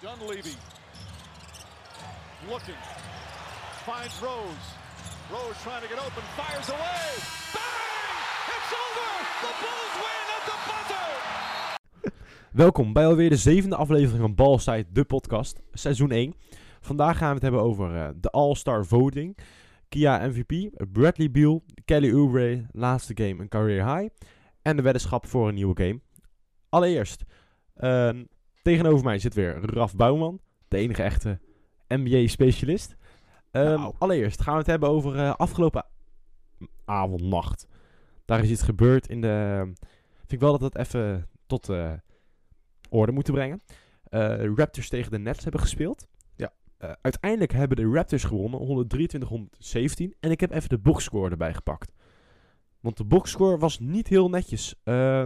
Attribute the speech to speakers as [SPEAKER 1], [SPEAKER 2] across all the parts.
[SPEAKER 1] Dunleavy looking, finds Rose. Rose trying to get open, fires away. Bang! It's over! The Bulls win at the buzzer!
[SPEAKER 2] Welkom bij alweer de zevende aflevering van Ballside, de podcast, seizoen 1. Vandaag gaan we het hebben over eh, de All-Star Voting, Kia MVP, Bradley Beal, Kelly Oubre, laatste game een career high en de weddenschap voor een nieuwe game. Allereerst, ehm, tegenover mij zit weer Raf Bouwman, de enige echte NBA-specialist. Ehm,
[SPEAKER 3] Nou.
[SPEAKER 2] Allereerst gaan we het hebben over eh, afgelopen avond, nacht. Daar is iets gebeurd in de... ehm, Vind ik wel dat dat even tot... eh, orde moeten brengen. Eh, Raptors tegen de Nets hebben gespeeld.
[SPEAKER 3] Ja.
[SPEAKER 2] Eh, uiteindelijk hebben de Raptors gewonnen, 123-117. En ik heb even de boxscore erbij gepakt. Want de boxscore was niet heel netjes. Eh,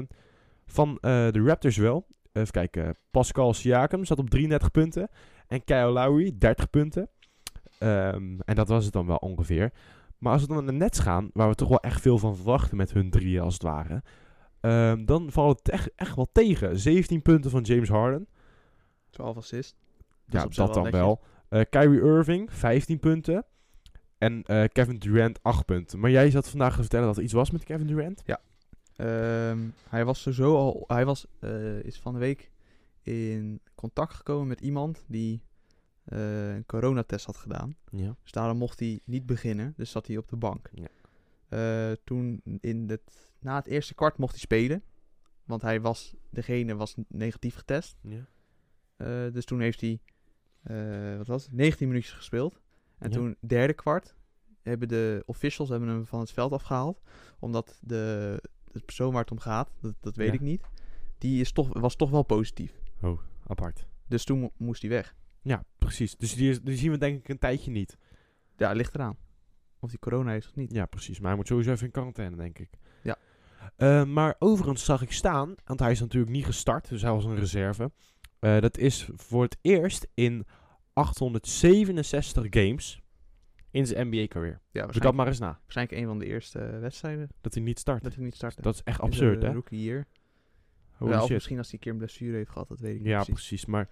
[SPEAKER 2] van eh, de Raptors wel. Even kijken. Pascal Siakam zat op 33 punten. En Kyle Lowry 30 punten. Ehm, en dat was het dan wel ongeveer. Maar als we dan naar de Nets gaan, waar we toch wel echt veel van verwachten met hun drieën als het ware. Ehm, dan valt het echt, echt wel tegen. 17 punten van James Harden.
[SPEAKER 3] 12 assists.
[SPEAKER 2] Ja,
[SPEAKER 3] Dus
[SPEAKER 2] dat,
[SPEAKER 3] op zich wel
[SPEAKER 2] dan
[SPEAKER 3] netjes.
[SPEAKER 2] Dus wel. Eh, Kyrie Irving, 15 punten. En eh, Kevin Durant, 8 punten. Maar jij zat vandaag te vertellen dat er iets was met Kevin Durant.
[SPEAKER 3] Ehm, hij was sowieso al. Hij was, eh, is van de week in contact gekomen met iemand die eh, een coronatest had gedaan.
[SPEAKER 2] Ja.
[SPEAKER 3] Dus daarom mocht hij niet beginnen. Dus zat hij op de bank.
[SPEAKER 2] Ja.
[SPEAKER 3] Eh, toen in het, na het eerste kwart mocht hij spelen. Want hij was, degene was negatief getest. Eh, dus toen heeft hij, eh, wat was het, 19 minuutjes gespeeld. En
[SPEAKER 2] Ja.
[SPEAKER 3] toen, derde kwart, hebben de officials hebben hem van het veld afgehaald. Omdat de, de persoon waar het om gaat, dat, dat weet
[SPEAKER 2] Ja.
[SPEAKER 3] ik niet, die is toch, was toch wel positief.
[SPEAKER 2] Apart.
[SPEAKER 3] Dus toen mo- moest hij weg.
[SPEAKER 2] Ja, precies. Dus die, is- die zien we denk ik een tijdje niet.
[SPEAKER 3] Ja, ligt eraan. Of hij corona heeft of niet.
[SPEAKER 2] Ja, precies. Maar hij moet sowieso even in quarantaine, denk ik.
[SPEAKER 3] Ja.
[SPEAKER 2] Eh, maar overigens zag ik staan, want hij is natuurlijk niet gestart, dus hij was een reserve. Eh, dat is voor het eerst in 867 games in zijn NBA-carrière.
[SPEAKER 3] Ja,
[SPEAKER 2] Doe dat
[SPEAKER 3] waarschijnlijk,
[SPEAKER 2] maar eens na,
[SPEAKER 3] waarschijnlijk een van de eerste eh, wedstrijden
[SPEAKER 2] dat hij niet start.
[SPEAKER 3] dat hij niet startte.
[SPEAKER 2] Dat is echt absurd, hè?
[SPEAKER 3] rookie hier.
[SPEAKER 2] Holy
[SPEAKER 3] of
[SPEAKER 2] shit.
[SPEAKER 3] misschien als hij een keer een blessure heeft gehad, dat weet ik niet
[SPEAKER 2] Ja,
[SPEAKER 3] precies.
[SPEAKER 2] precies. Maar,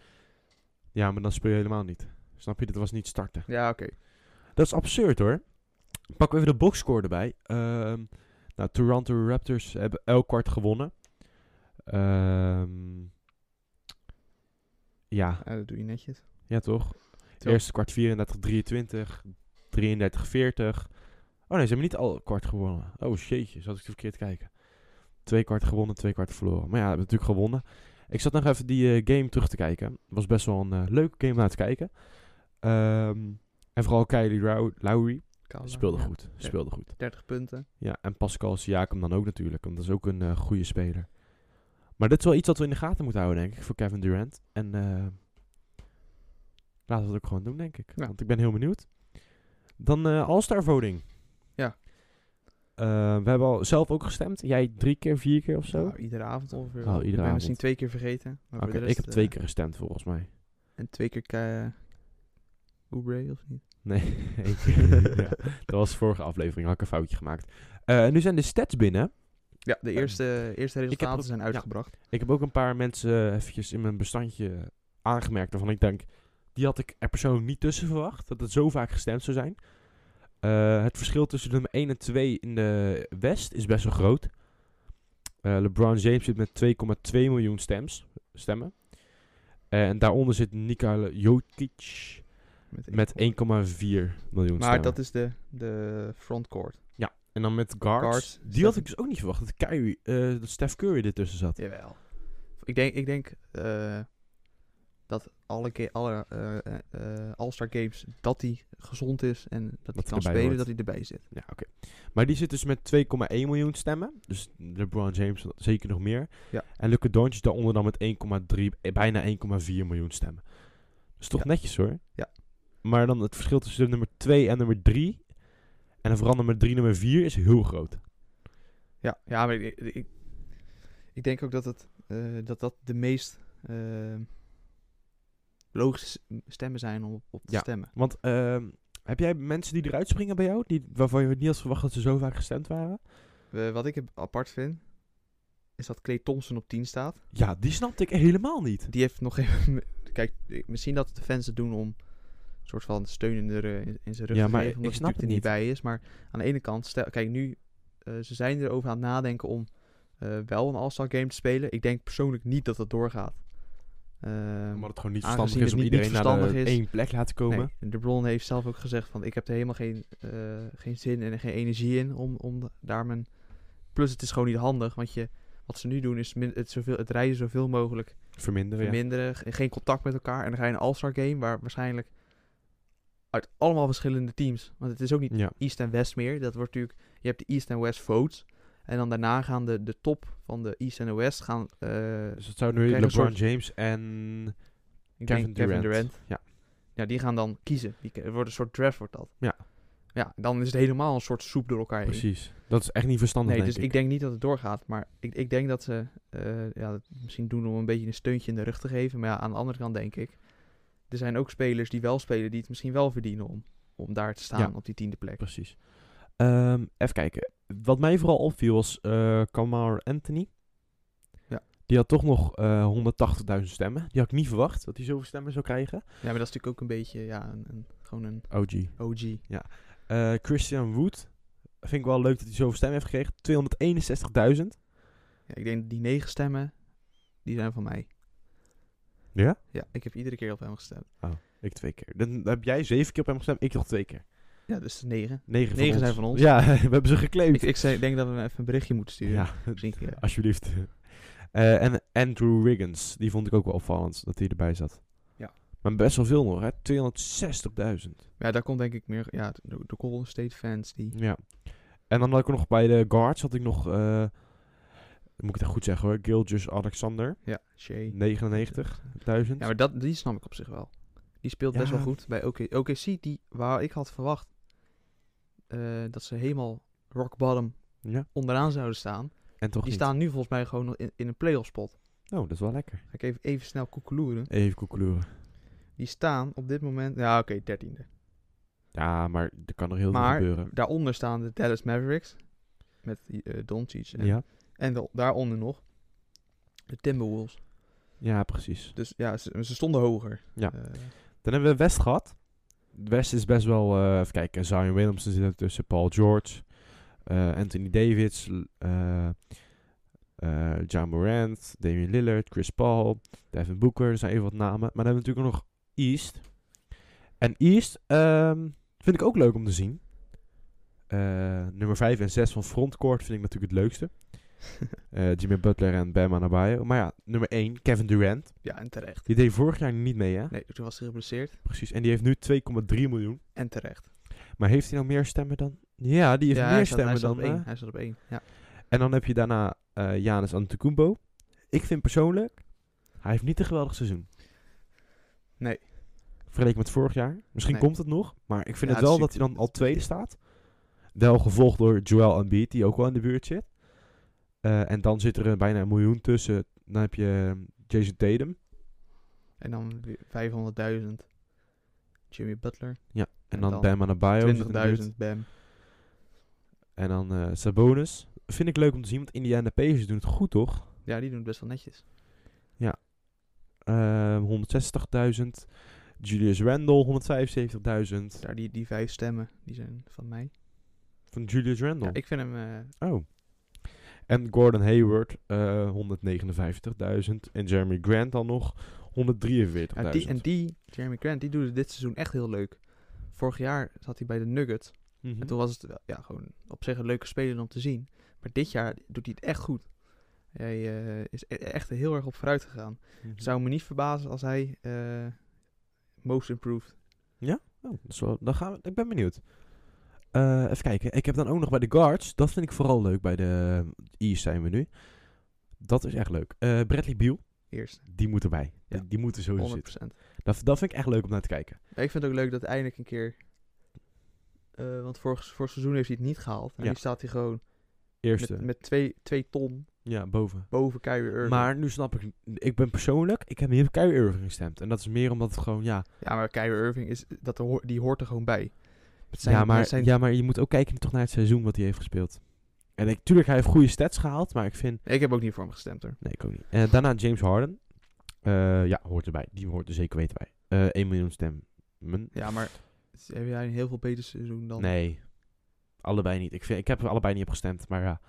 [SPEAKER 2] ja, maar dan speel je helemaal niet. Snap je? Dit was niet starten.
[SPEAKER 3] Ja, oké.
[SPEAKER 2] Dat is absurd hoor. Pak even de boxscore erbij. Ehm, nou, Toronto Raptors hebben elk kwart gewonnen. Ehm, ja,
[SPEAKER 3] Ja, dat doe je netjes.
[SPEAKER 2] ja toch?
[SPEAKER 3] Toch.
[SPEAKER 2] Eerste kwart 34, 23, 33, 40. Oh nee, ze hebben niet al kwart gewonnen. Oh shitje, zat ik te verkeerd kijken. Twee kwart gewonnen, twee kwart verloren. Maar ja, hebben natuurlijk gewonnen. Ik zat nog even die eh, game terug te kijken. Was best wel een eh, leuke game om naar te kijken. Ehm, en vooral Kylie Rou- Lowry
[SPEAKER 3] Kala,
[SPEAKER 2] speelde
[SPEAKER 3] ja.
[SPEAKER 2] goed. Speelde goed.
[SPEAKER 3] 30 punten.
[SPEAKER 2] Ja, en Pascal Siakam dan ook natuurlijk, want dat is ook een eh, goede speler. Maar dit is wel iets wat we in de gaten moeten houden, denk ik, voor Kevin Durant. En eh, laten we het ook gewoon doen, denk ik.
[SPEAKER 3] Ja.
[SPEAKER 2] Want ik ben heel benieuwd. Dan eh All-Star voting.
[SPEAKER 3] Ja.
[SPEAKER 2] Eh, we hebben al zelf ook gestemd. Jij drie keer, vier keer of zo?
[SPEAKER 3] Nou, iedere avond ongeveer.
[SPEAKER 2] Oh, iedere
[SPEAKER 3] ik ben
[SPEAKER 2] avond.
[SPEAKER 3] misschien twee keer vergeten. Maar
[SPEAKER 2] Oké,
[SPEAKER 3] voor de rest,
[SPEAKER 2] ik heb
[SPEAKER 3] eh,
[SPEAKER 2] twee keer gestemd volgens mij.
[SPEAKER 3] En twee keer Ka- Oubre, of niet?
[SPEAKER 2] Nee, één keer. ja, dat was de vorige aflevering, had ik een foutje gemaakt. Eh, nu zijn de stats binnen.
[SPEAKER 3] Ja,
[SPEAKER 2] Eh,
[SPEAKER 3] de eerste, eerste resultaten
[SPEAKER 2] ook-
[SPEAKER 3] zijn
[SPEAKER 2] ja.
[SPEAKER 3] uitgebracht.
[SPEAKER 2] Ik heb ook een paar mensen eventjes in mijn bestandje aangemerkt waarvan ik denk, die had ik er persoonlijk niet tussen verwacht, dat het zo vaak gestemd zou zijn. Eh, het verschil tussen nummer 1 en 2 in de West is best wel groot. Eh, LeBron James zit met 2,2 miljoen stems, stemmen. Eh, en daaronder zit Nikola Jokic met 1,4 miljoen
[SPEAKER 3] Maar
[SPEAKER 2] stemmen.
[SPEAKER 3] dat is de, de frontcourt.
[SPEAKER 2] en dan met guards.
[SPEAKER 3] Guards,
[SPEAKER 2] die had
[SPEAKER 3] Steph-
[SPEAKER 2] ik dus ook niet verwacht, dat, Kyrie, eh, dat Steph Curry ertussen zat.
[SPEAKER 3] Jawel. Ik denk, ik denk eh, dat alle, ga- alle eh, eh, eh, All-Star Games, dat hij gezond is en
[SPEAKER 2] hij
[SPEAKER 3] dat, hij kan
[SPEAKER 2] erbij
[SPEAKER 3] spelen,
[SPEAKER 2] hoort.
[SPEAKER 3] dat hij erbij zit.
[SPEAKER 2] Ja, oké. Maar die zit dus met 2,1 miljoen stemmen. Dus LeBron James zeker nog meer.
[SPEAKER 3] Ja.
[SPEAKER 2] En Luca Doncic daaronder dan met 1,3, eh, bijna 1,4 miljoen stemmen. Dat is toch
[SPEAKER 3] Ja.
[SPEAKER 2] netjes hoor.
[SPEAKER 3] Ja.
[SPEAKER 2] Maar dan het verschil tussen nummer 2 en nummer 3. En dan vooral nummer 3 nummer 4 is heel groot.
[SPEAKER 3] Ja, ja maar ik, ik, ik denk ook dat, het, eh, dat dat de meest eh, logische stemmen zijn om op, op te
[SPEAKER 2] Ja.
[SPEAKER 3] stemmen.
[SPEAKER 2] Want ehm, heb jij mensen die eruit springen bij jou? Die, waarvan je niet had verwacht dat ze zo vaak gestemd waren?
[SPEAKER 3] Eh, wat ik heb- apart vind, is dat Clay Thompson op 10 staat.
[SPEAKER 2] Ja, die snapte ik helemaal niet.
[SPEAKER 3] Die heeft nog geen... Kijk, ik- misschien dat de fans het doen om een soort van steun in, de, ru- in, in zijn rug
[SPEAKER 2] Ja,
[SPEAKER 3] te
[SPEAKER 2] maar
[SPEAKER 3] geven.
[SPEAKER 2] ik
[SPEAKER 3] Omdat
[SPEAKER 2] snap
[SPEAKER 3] natuurlijk
[SPEAKER 2] het
[SPEAKER 3] er niet bij is. Maar aan de ene kant, stel, kijk, nu eh, ze zijn erover aan het nadenken om eh, wel een All-Star game te spelen. Ik denk persoonlijk niet dat dat doorgaat. Ehm,
[SPEAKER 2] Omdat het gewoon niet
[SPEAKER 3] aangezien
[SPEAKER 2] verstandig
[SPEAKER 3] het
[SPEAKER 2] is om
[SPEAKER 3] niet- niet
[SPEAKER 2] iedereen naar de
[SPEAKER 3] verstandig is.
[SPEAKER 2] één plek laten komen.
[SPEAKER 3] nee, de Bron heeft zelf ook gezegd van ik heb er helemaal geen, eh, geen zin en geen energie in om, om da- daar mijn... Plus het is gewoon niet handig, want je, wat ze nu doen is min- het, zoveel, het rijden zoveel mogelijk
[SPEAKER 2] Verminderen, ja.
[SPEAKER 3] verminderen, ge- geen contact met elkaar. En dan ga je een All-Star game waar waarschijnlijk uit allemaal verschillende teams, want het is ook niet
[SPEAKER 2] Ja,
[SPEAKER 3] East en West meer. Dat wordt natuurlijk, je hebt de East en West votes. En dan daarna gaan de, de top van de East en de West gaan, eh,
[SPEAKER 2] dus dat zouden nu
[SPEAKER 3] krijg je
[SPEAKER 2] LeBron
[SPEAKER 3] een soort-
[SPEAKER 2] James en
[SPEAKER 3] ik
[SPEAKER 2] Kevin,
[SPEAKER 3] denk
[SPEAKER 2] Durant.
[SPEAKER 3] Kevin Durant.
[SPEAKER 2] Ja.
[SPEAKER 3] Ja, die gaan dan kiezen. Die, ke- het wordt een soort draft wordt dat.
[SPEAKER 2] Ja.
[SPEAKER 3] Ja, dan is het helemaal een soort soep door elkaar heen.
[SPEAKER 2] precies. Dat is echt niet verstandig,
[SPEAKER 3] Nee,
[SPEAKER 2] denk
[SPEAKER 3] dus ik.
[SPEAKER 2] ik.
[SPEAKER 3] denk niet dat het doorgaat. Maar ik, ik denk dat ze eh, ja, dat misschien doen om een beetje een steuntje in de rug te geven. Maar ja, aan de andere kant denk ik. Er zijn ook spelers die wel spelen die het misschien wel verdienen om, om daar te staan
[SPEAKER 2] Ja.
[SPEAKER 3] op die tiende plek.
[SPEAKER 2] Precies. Ehm, even kijken. Wat mij vooral opviel was eh Kamar Anthony.
[SPEAKER 3] Ja.
[SPEAKER 2] Die had toch nog eh 180.000 stemmen. Die had ik niet verwacht dat hij zoveel stemmen zou krijgen.
[SPEAKER 3] Ja, maar dat is natuurlijk ook een beetje ja, een, een- gewoon een
[SPEAKER 2] OG.
[SPEAKER 3] OG.
[SPEAKER 2] Eh, Christian Wood. Vind ik wel leuk dat hij zoveel stemmen heeft gekregen. 261.000.
[SPEAKER 3] Ja, ik denk dat die negen stemmen, die zijn van mij.
[SPEAKER 2] Ja?
[SPEAKER 3] Ja, ik heb iedere keer op hem gestemd.
[SPEAKER 2] Ik twee keer. Dan heb jij zeven keer op hem gestemd. Ik nog twee keer.
[SPEAKER 3] Ja, dus de negen.
[SPEAKER 2] Negen, van
[SPEAKER 3] Negen
[SPEAKER 2] ons.
[SPEAKER 3] zijn van ons.
[SPEAKER 2] Ja, we hebben ze geclaimd.
[SPEAKER 3] Ik, ik zei- denk dat we hem even een berichtje moeten sturen.
[SPEAKER 2] ja,
[SPEAKER 3] Misschien, ja.
[SPEAKER 2] alsjeblieft. Eh, en Andrew Riggins. Die vond ik ook wel opvallend dat hij erbij zat.
[SPEAKER 3] Ja.
[SPEAKER 2] Maar best wel veel nog, hè. 260.000.
[SPEAKER 3] ja, daar komt denk ik meer... Ja, de, de Golden State fans die...
[SPEAKER 2] Ja. En dan had ik nog bij de guards, had ik nog, eh, moet ik het echt goed zeggen hoor, Gilgis Alexander,
[SPEAKER 3] Ja, Shea.
[SPEAKER 2] Mm. 99.000.
[SPEAKER 3] Ja, maar dat, die snap ik op zich wel. Die speelt best
[SPEAKER 2] Ja.
[SPEAKER 3] wel goed bij OK, OKC. Die, waar ik had verwacht eh, dat ze helemaal rock bottom
[SPEAKER 2] Ja,
[SPEAKER 3] onderaan zouden staan.
[SPEAKER 2] en toch
[SPEAKER 3] die
[SPEAKER 2] niet.
[SPEAKER 3] staan nu volgens mij gewoon nog in, in een playoff spot.
[SPEAKER 2] Oh, dat is wel lekker.
[SPEAKER 3] Ga ik even, even snel koekeloeren.
[SPEAKER 2] Even koekeloeren.
[SPEAKER 3] Die staan op dit moment... Ja, oké, dertiende.
[SPEAKER 2] Ja, maar er kan nog heel
[SPEAKER 3] Maar-
[SPEAKER 2] veel gebeuren.
[SPEAKER 3] Daaronder staan de Dallas Mavericks. Met die, eh, Doncic. En,
[SPEAKER 2] Ja.
[SPEAKER 3] en wel- daaronder nog de Timberwolves.
[SPEAKER 2] ja, precies.
[SPEAKER 3] Dus ja, ze, ze stonden hoger.
[SPEAKER 2] Ja.
[SPEAKER 3] Eh,
[SPEAKER 2] Dan hebben we West gehad. West is best wel, eh even kijken, Zion Williamson zit er tussen, Paul George, eh, Anthony Davis, l- eh eh, Ja Morant, Damian Lillard, Chris Paul, Devin Booker, er zijn even wat namen. Maar dan hebben we natuurlijk ook nog East. En East ehm, vind ik ook leuk om te zien. Eh, nummer 5 en 6 van frontcourt vind ik natuurlijk het leukste. Eh, Jimmy Butler en Bam Adebayo. Maar ja, nummer 1, Kevin Durant.
[SPEAKER 3] ja, en terecht.
[SPEAKER 2] Die deed vorig jaar niet mee, hè?
[SPEAKER 3] Nee, toen was hij geblesseerd.
[SPEAKER 2] Precies. En die heeft nu 2,3 miljoen.
[SPEAKER 3] En terecht.
[SPEAKER 2] Maar heeft hij nou meer stemmen dan? Ja, die heeft
[SPEAKER 3] ja,
[SPEAKER 2] meer
[SPEAKER 3] hij staat-
[SPEAKER 2] stemmen
[SPEAKER 3] hij staat
[SPEAKER 2] dan.
[SPEAKER 3] op één.
[SPEAKER 2] eh.
[SPEAKER 3] Hij staat op één, ja.
[SPEAKER 2] en dan heb je daarna eh Janis Antetokounmpo. Ik vind persoonlijk, hij heeft niet een geweldig seizoen.
[SPEAKER 3] Nee.
[SPEAKER 2] Vergeleken met vorig jaar. Misschien
[SPEAKER 3] Nee.
[SPEAKER 2] komt het nog. Maar ik vind
[SPEAKER 3] Ja,
[SPEAKER 2] het wel
[SPEAKER 3] het is
[SPEAKER 2] dat hij dan al tweede staat. Wel gevolgd door Joel Embiid, die ook wel in de buurt zit. Eh, en dan zit er eh, bijna een miljoen tussen. Dan heb je eh, Jason Tatum.
[SPEAKER 3] En dan weer 500.000 Jimmy Butler.
[SPEAKER 2] En
[SPEAKER 3] En
[SPEAKER 2] dan,
[SPEAKER 3] dan
[SPEAKER 2] Bam Adebayo. zit in de buurt.
[SPEAKER 3] 20.000 Bam.
[SPEAKER 2] En dan eh, Sabonis. Vind ik leuk om te zien, want Indiana Pacers doen het goed, toch?
[SPEAKER 3] Ja, die doen het best wel netjes.
[SPEAKER 2] Eh, 160.000. Julius Randle, 175.000.
[SPEAKER 3] Daar die, die vijf stemmen, die zijn van mij.
[SPEAKER 2] Van Julius Randle.
[SPEAKER 3] Ja, ik vind hem... eh,
[SPEAKER 2] Oh. En Gordon Hayward, eh 159.000. En Jeremy Grant dan nog, 143.000.
[SPEAKER 3] ja, die, en die, Jeremy Grant, die doet het dit seizoen echt heel leuk. Vorig jaar zat hij bij de Nuggets.
[SPEAKER 2] Mhm.
[SPEAKER 3] En toen was het wel- ja, gewoon op zich een leuke speler om te zien. Maar dit jaar doet hij het echt goed. Hij eh, is e- echt heel erg op vooruit gegaan.
[SPEAKER 2] Mhm.
[SPEAKER 3] Zou me niet verbazen als hij eh, most improved.
[SPEAKER 2] Oh, dat is wel- dan gaan we, ik ben benieuwd. Eh, even kijken. Ik heb dan ook nog bij de guards. Dat vind ik vooral leuk bij de East zijn we nu. Dat is echt leuk. Eh, Bradley Beal,
[SPEAKER 3] Eerst, 100%.
[SPEAKER 2] die moet erbij.
[SPEAKER 3] Ja.
[SPEAKER 2] Die, die moet er sowieso zitten. Dat, dat vind ik echt leuk om naar te kijken.
[SPEAKER 3] Ja, ik vind het ook leuk dat eindelijk een keer. eh, want vorig, vorig seizoen heeft hij het niet gehaald. En
[SPEAKER 2] Ja.
[SPEAKER 3] nu staat hij gewoon
[SPEAKER 2] Eerste.
[SPEAKER 3] met, met twee, twee ton
[SPEAKER 2] ja, boven.
[SPEAKER 3] boven Kyrie Irving.
[SPEAKER 2] Maar nu snap ik, ik ben persoonlijk, ik heb hier op Kyrie Irving gestemd. En dat is meer omdat het gewoon, ja.
[SPEAKER 3] ja, maar Kyrie Irving is, dat hoor- die hoort er gewoon bij. Het zijn-
[SPEAKER 2] ja, maar,
[SPEAKER 3] het zijn-
[SPEAKER 2] ja, maar je moet ook kijken toch naar het seizoen wat hij heeft gespeeld. En ik, tuurlijk, hij heeft goede stats gehaald, maar ik vind...
[SPEAKER 3] Ik heb ook niet voor hem gestemd hoor.
[SPEAKER 2] Nee, ik ook niet. Eh, daarna James Harden. Eh, ja, hoort erbij. Die hoort er zeker weten bij. Eh 1 miljoen stemmen.
[SPEAKER 3] Ja, maar heb jij een heel veel beter seizoen dan...
[SPEAKER 2] Nee. Allebei niet. Ik, vind, ik heb er allebei niet op gestemd, maar ja,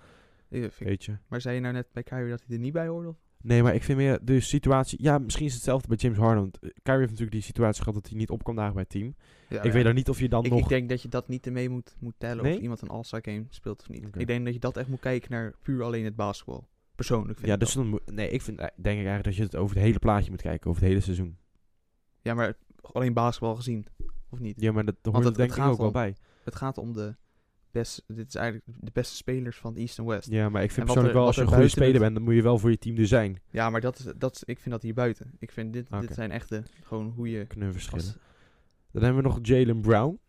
[SPEAKER 3] Ik vind-
[SPEAKER 2] weet je.
[SPEAKER 3] Maar zei je nou net bij Kyrie dat hij er niet bij hoorde? Of?
[SPEAKER 2] Nee, maar ik vind meer de situatie... Ja, misschien is het hetzelfde bij James Harden. want, eh, Kyrie heeft natuurlijk die situatie gehad dat hij niet op kon dagen bij het team.
[SPEAKER 3] Ja,
[SPEAKER 2] ik weet dan niet of je dan
[SPEAKER 3] ik,
[SPEAKER 2] nog...
[SPEAKER 3] ik denk dat je dat niet ermee moet, moet tellen
[SPEAKER 2] Nee?
[SPEAKER 3] of iemand een All-Star game speelt of niet.
[SPEAKER 2] Oké.
[SPEAKER 3] Ik denk dat je dat echt moet kijken naar puur alleen het basketbal. Persoonlijk vind
[SPEAKER 2] ja,
[SPEAKER 3] ik
[SPEAKER 2] dus
[SPEAKER 3] dat.
[SPEAKER 2] dan moet- nee, ik vind, eh, denk ik eigenlijk dat je het over het hele plaatje moet kijken. Over het hele seizoen.
[SPEAKER 3] Ja, maar alleen basketbal gezien. Of niet?
[SPEAKER 2] Ja, maar dat hoort er
[SPEAKER 3] het-
[SPEAKER 2] denk
[SPEAKER 3] het
[SPEAKER 2] ik
[SPEAKER 3] gaat
[SPEAKER 2] ook wel
[SPEAKER 3] om-
[SPEAKER 2] bij.
[SPEAKER 3] Het gaat om de beste, dit is eigenlijk de beste spelers van East en West. Ja,
[SPEAKER 2] Ja, maar ik vind
[SPEAKER 3] En wat
[SPEAKER 2] persoonlijk
[SPEAKER 3] er-
[SPEAKER 2] wel, als
[SPEAKER 3] wat
[SPEAKER 2] je een
[SPEAKER 3] er
[SPEAKER 2] goede
[SPEAKER 3] buiten
[SPEAKER 2] speler
[SPEAKER 3] doet-
[SPEAKER 2] bent, dan moet je wel voor je team er zijn.
[SPEAKER 3] maar dat is, dat is, ik vind dat hier buiten. Ik vind dit,
[SPEAKER 2] Oké.
[SPEAKER 3] dit zijn echt de, gewoon hoe je...
[SPEAKER 2] Kunnen verschillen.
[SPEAKER 3] als-
[SPEAKER 2] Dan hebben we nog Jalen Brown.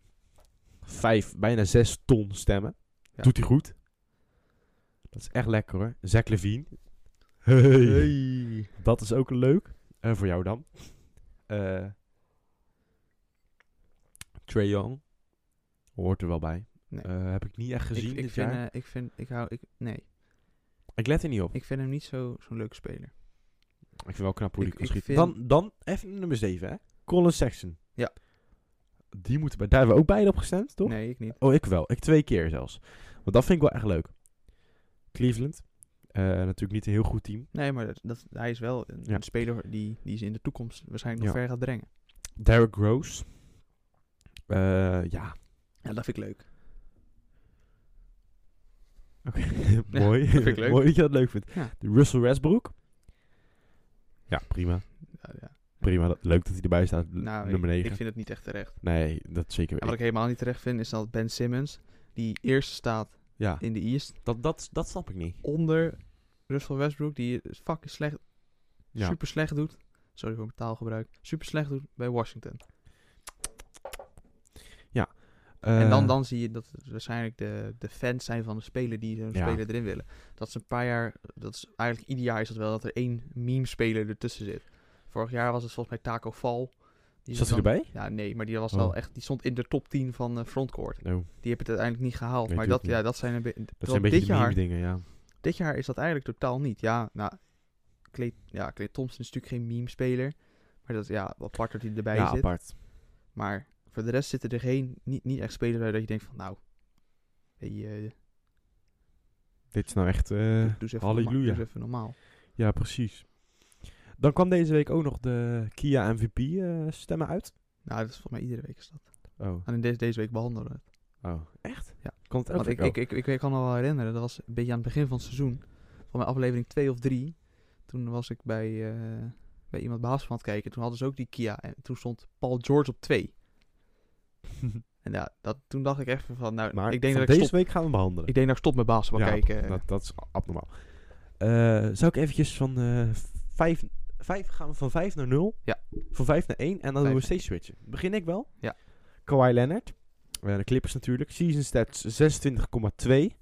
[SPEAKER 2] Vijf, bijna zes ton stemmen.
[SPEAKER 3] Ja.
[SPEAKER 2] Doet hij goed. Dat is echt lekker hoor. Zach Levine. Hey.
[SPEAKER 3] Hey.
[SPEAKER 2] Dat is ook leuk. Eh, voor jou dan. Eh Trae Young. Hoort er wel bij.
[SPEAKER 3] Nee.
[SPEAKER 2] Eh, heb ik niet echt gezien
[SPEAKER 3] Ik, ik,
[SPEAKER 2] dit
[SPEAKER 3] vind,
[SPEAKER 2] jaar.
[SPEAKER 3] eh, ik vind, ik hou, ik, nee.
[SPEAKER 2] ik let er niet op. Ik,
[SPEAKER 3] Ik vind hem niet zo- zo'n leuke speler.
[SPEAKER 2] vind wel knap hoe
[SPEAKER 3] ik-
[SPEAKER 2] die kan
[SPEAKER 3] ik
[SPEAKER 2] schieten.
[SPEAKER 3] vind-
[SPEAKER 2] Dan, dan even nummer 7 hè. Colin Sexton.
[SPEAKER 3] Ja.
[SPEAKER 2] Die moeten bij... Daar hebben we ook beide op gestemd, toch?
[SPEAKER 3] Nee, ik niet.
[SPEAKER 2] Oh, ik wel. Ik twee keer zelfs. Want dat vind ik wel echt leuk. Cleveland. Eh, natuurlijk niet een heel goed team.
[SPEAKER 3] Nee, maar dat, dat, hij is wel een,
[SPEAKER 2] Ja.
[SPEAKER 3] een speler die, die ze in de toekomst waarschijnlijk nog
[SPEAKER 2] Ja.
[SPEAKER 3] ver gaat brengen.
[SPEAKER 2] Derrick Rose. Eh, ja.
[SPEAKER 3] Ja, dat vind ik leuk.
[SPEAKER 2] Oké.
[SPEAKER 3] Ja,
[SPEAKER 2] Mooi.
[SPEAKER 3] dat vind ik leuk.
[SPEAKER 2] Mooi dat je dat leuk vindt.
[SPEAKER 3] Ja.
[SPEAKER 2] De Russell Westbrook. Ja, prima.
[SPEAKER 3] Ja, ja.
[SPEAKER 2] Prima. Dat- Leuk dat hij erbij staat. L-
[SPEAKER 3] Nou,
[SPEAKER 2] nummer
[SPEAKER 3] ik,
[SPEAKER 2] 9.
[SPEAKER 3] ik vind het niet echt terecht.
[SPEAKER 2] Nee, dat zeker.
[SPEAKER 3] En wat ik helemaal niet terecht vind, is dat Ben Simmons, die eerste staat
[SPEAKER 2] ja,
[SPEAKER 3] in de East,
[SPEAKER 2] dat, dat, dat snap ik niet.
[SPEAKER 3] onder Russell Westbrook, die het fucking slecht,
[SPEAKER 2] Ja.
[SPEAKER 3] super slecht doet. Sorry voor mijn taalgebruik. Super slecht doet bij Washington. en dan,
[SPEAKER 2] Eh,
[SPEAKER 3] dan zie je dat het waarschijnlijk de, de fans zijn van de speler die zo'n
[SPEAKER 2] Ja.
[SPEAKER 3] speler erin willen. Dat ze een paar jaar, dat is eigenlijk ieder jaar is dat wel dat er één meme-speler ertussen zit. Vorig jaar was het volgens mij Taco Fall. Die
[SPEAKER 2] Zat hij
[SPEAKER 3] dan-
[SPEAKER 2] erbij?
[SPEAKER 3] Ja, nee, maar die was
[SPEAKER 2] Oh.
[SPEAKER 3] wel echt, die stond in de top 10 van eh, frontcourt.
[SPEAKER 2] No,
[SPEAKER 3] Die heb het uiteindelijk niet gehaald.
[SPEAKER 2] Nee,
[SPEAKER 3] maar dat,
[SPEAKER 2] tuurlijk
[SPEAKER 3] ja,
[SPEAKER 2] niet.
[SPEAKER 3] dat zijn een, be-
[SPEAKER 2] Oh, dat
[SPEAKER 3] terwijl
[SPEAKER 2] zijn een beetje
[SPEAKER 3] dit
[SPEAKER 2] de
[SPEAKER 3] jaar,
[SPEAKER 2] meme dingen, ja.
[SPEAKER 3] Dit jaar is dat eigenlijk totaal niet. Ja, nou, Clay, ja, Klay Thompson is natuurlijk geen meme-speler. Maar dat is ja, wat apart dat hij erbij
[SPEAKER 2] Ja,
[SPEAKER 3] zit.
[SPEAKER 2] apart.
[SPEAKER 3] Maar voor de rest zitten er geen, niet, niet echt spelers bij dat je denkt van, nou, hey, eh,
[SPEAKER 2] Dit is nou echt... eh,
[SPEAKER 3] doe, doe eens even normaal,
[SPEAKER 2] halleluja.
[SPEAKER 3] doe eens even normaal.
[SPEAKER 2] Ja, precies. Dan kwam deze week ook nog de Kia MVP eh, stemmen uit.
[SPEAKER 3] Nou, dat is volgens mij iedere week is dat.
[SPEAKER 2] Oh,
[SPEAKER 3] En in deze, deze week behandelen we het.
[SPEAKER 2] oh. echt?
[SPEAKER 3] Ja.
[SPEAKER 2] Komt
[SPEAKER 3] Want ik, ik, ik, ik, ik kan me wel herinneren, dat was een beetje aan het begin van het seizoen. Van mijn aflevering 2 of 3. Toen was ik bij, eh, bij iemand baas van het kijken. Toen hadden ze ook die Kia. En toen stond Paul George op 2. En ja, dat, toen dacht ik echt van, nou,
[SPEAKER 2] maar
[SPEAKER 3] ik, denk
[SPEAKER 2] van
[SPEAKER 3] dat ik,
[SPEAKER 2] deze
[SPEAKER 3] stop,
[SPEAKER 2] week gaan we behandelen.
[SPEAKER 3] ik denk dat ik stop met basketbal
[SPEAKER 2] Ja,
[SPEAKER 3] kijken.
[SPEAKER 2] Dat, dat is abnormaal. Eh, zou ik eventjes van eh vijf, vijf... Gaan we van 5 naar 0?
[SPEAKER 3] Ja.
[SPEAKER 2] Van 5 naar 1 en dan doen we
[SPEAKER 3] Vijf.
[SPEAKER 2] steeds switchen. Begin ik wel?
[SPEAKER 3] Ja.
[SPEAKER 2] Kawhi Leonard. Eh, de Clippers natuurlijk. Season stats 26,2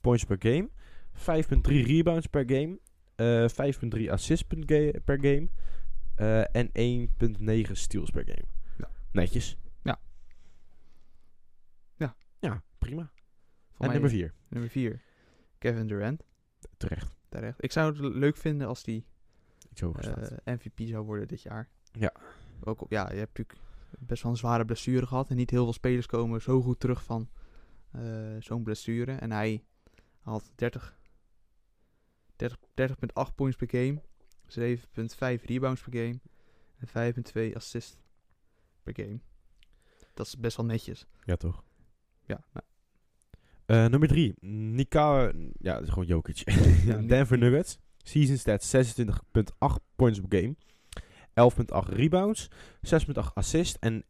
[SPEAKER 2] points per game. 5,3 rebounds per game. eh, 5,3 assists per ga- per game. eh, en 1,9 steals per game.
[SPEAKER 3] Ja.
[SPEAKER 2] Netjes.
[SPEAKER 3] Ja. Ja.
[SPEAKER 2] Ja, prima.
[SPEAKER 3] Voor
[SPEAKER 2] en
[SPEAKER 3] mij
[SPEAKER 2] nummer 4.
[SPEAKER 3] eh, nummer 4. Kevin Durant.
[SPEAKER 2] Terecht.
[SPEAKER 3] Terecht. Ik zou het le- leuk vinden als die
[SPEAKER 2] Iets hoger
[SPEAKER 3] eh,
[SPEAKER 2] staat.
[SPEAKER 3] MVP zou worden dit jaar.
[SPEAKER 2] Ja.
[SPEAKER 3] Ook op, ja, je hebt natuurlijk best wel een zware blessure gehad. En niet heel veel spelers komen zo goed terug van eh, zo'n blessure. En hij had 30, 30, 30,8 points per game. 7,5 rebounds per game. En 5,2 assists per game. Dat is best wel netjes.
[SPEAKER 2] ja, toch?
[SPEAKER 3] Ja, nou,
[SPEAKER 2] Eh, nummer 3. Nika. Ja, dat is gewoon Jokic.
[SPEAKER 3] Ni-
[SPEAKER 2] Denver Nuggets. Season stats 26,8 points per game. 11,8 rebounds. 6,8 assist. En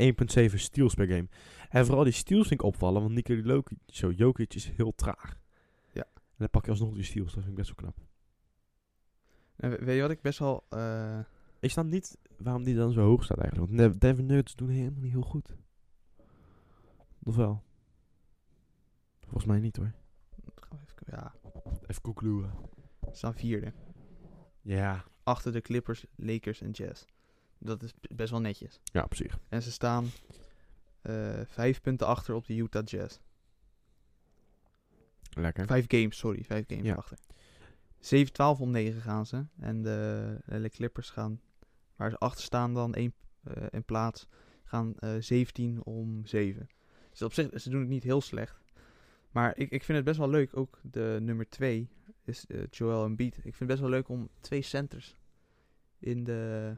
[SPEAKER 2] 1,7 steals per game. En vooral die steals vind ik opvallen. Want Nikola Jokic, zo, Jokic is heel traag.
[SPEAKER 3] Ja.
[SPEAKER 2] En dan pak je alsnog die steals. Dat vind ik best wel knap.
[SPEAKER 3] en we- weet je wat ik best wel... eh,
[SPEAKER 2] Ik snap niet waarom die dan zo hoog staat eigenlijk. Want Nev- Denver Nuggets doen helemaal niet heel goed. Of wel? Volgens mij niet hoor.
[SPEAKER 3] gaan we even- ja,
[SPEAKER 2] Even koekloeren.
[SPEAKER 3] we staan vierde.
[SPEAKER 2] Ja.
[SPEAKER 3] Achter de Clippers, Lakers en Jazz. Dat is best wel netjes.
[SPEAKER 2] Ja, op zich.
[SPEAKER 3] En ze staan eh, vijf punten achter op de Utah Jazz.
[SPEAKER 2] Lekker.
[SPEAKER 3] Vijf games, sorry. Vijf games
[SPEAKER 2] Ja.
[SPEAKER 3] achter. 7-12 om 9 gaan ze. En de LA Clippers gaan waar ze achter staan dan één eh, een plaats, gaan eh 17 om 7. Dus op zich, ze doen het niet heel slecht. Maar ik, ik vind het best wel leuk, ook de nummer 2 is eh, Joel Embiid. Ik vind het best wel leuk om twee centers in de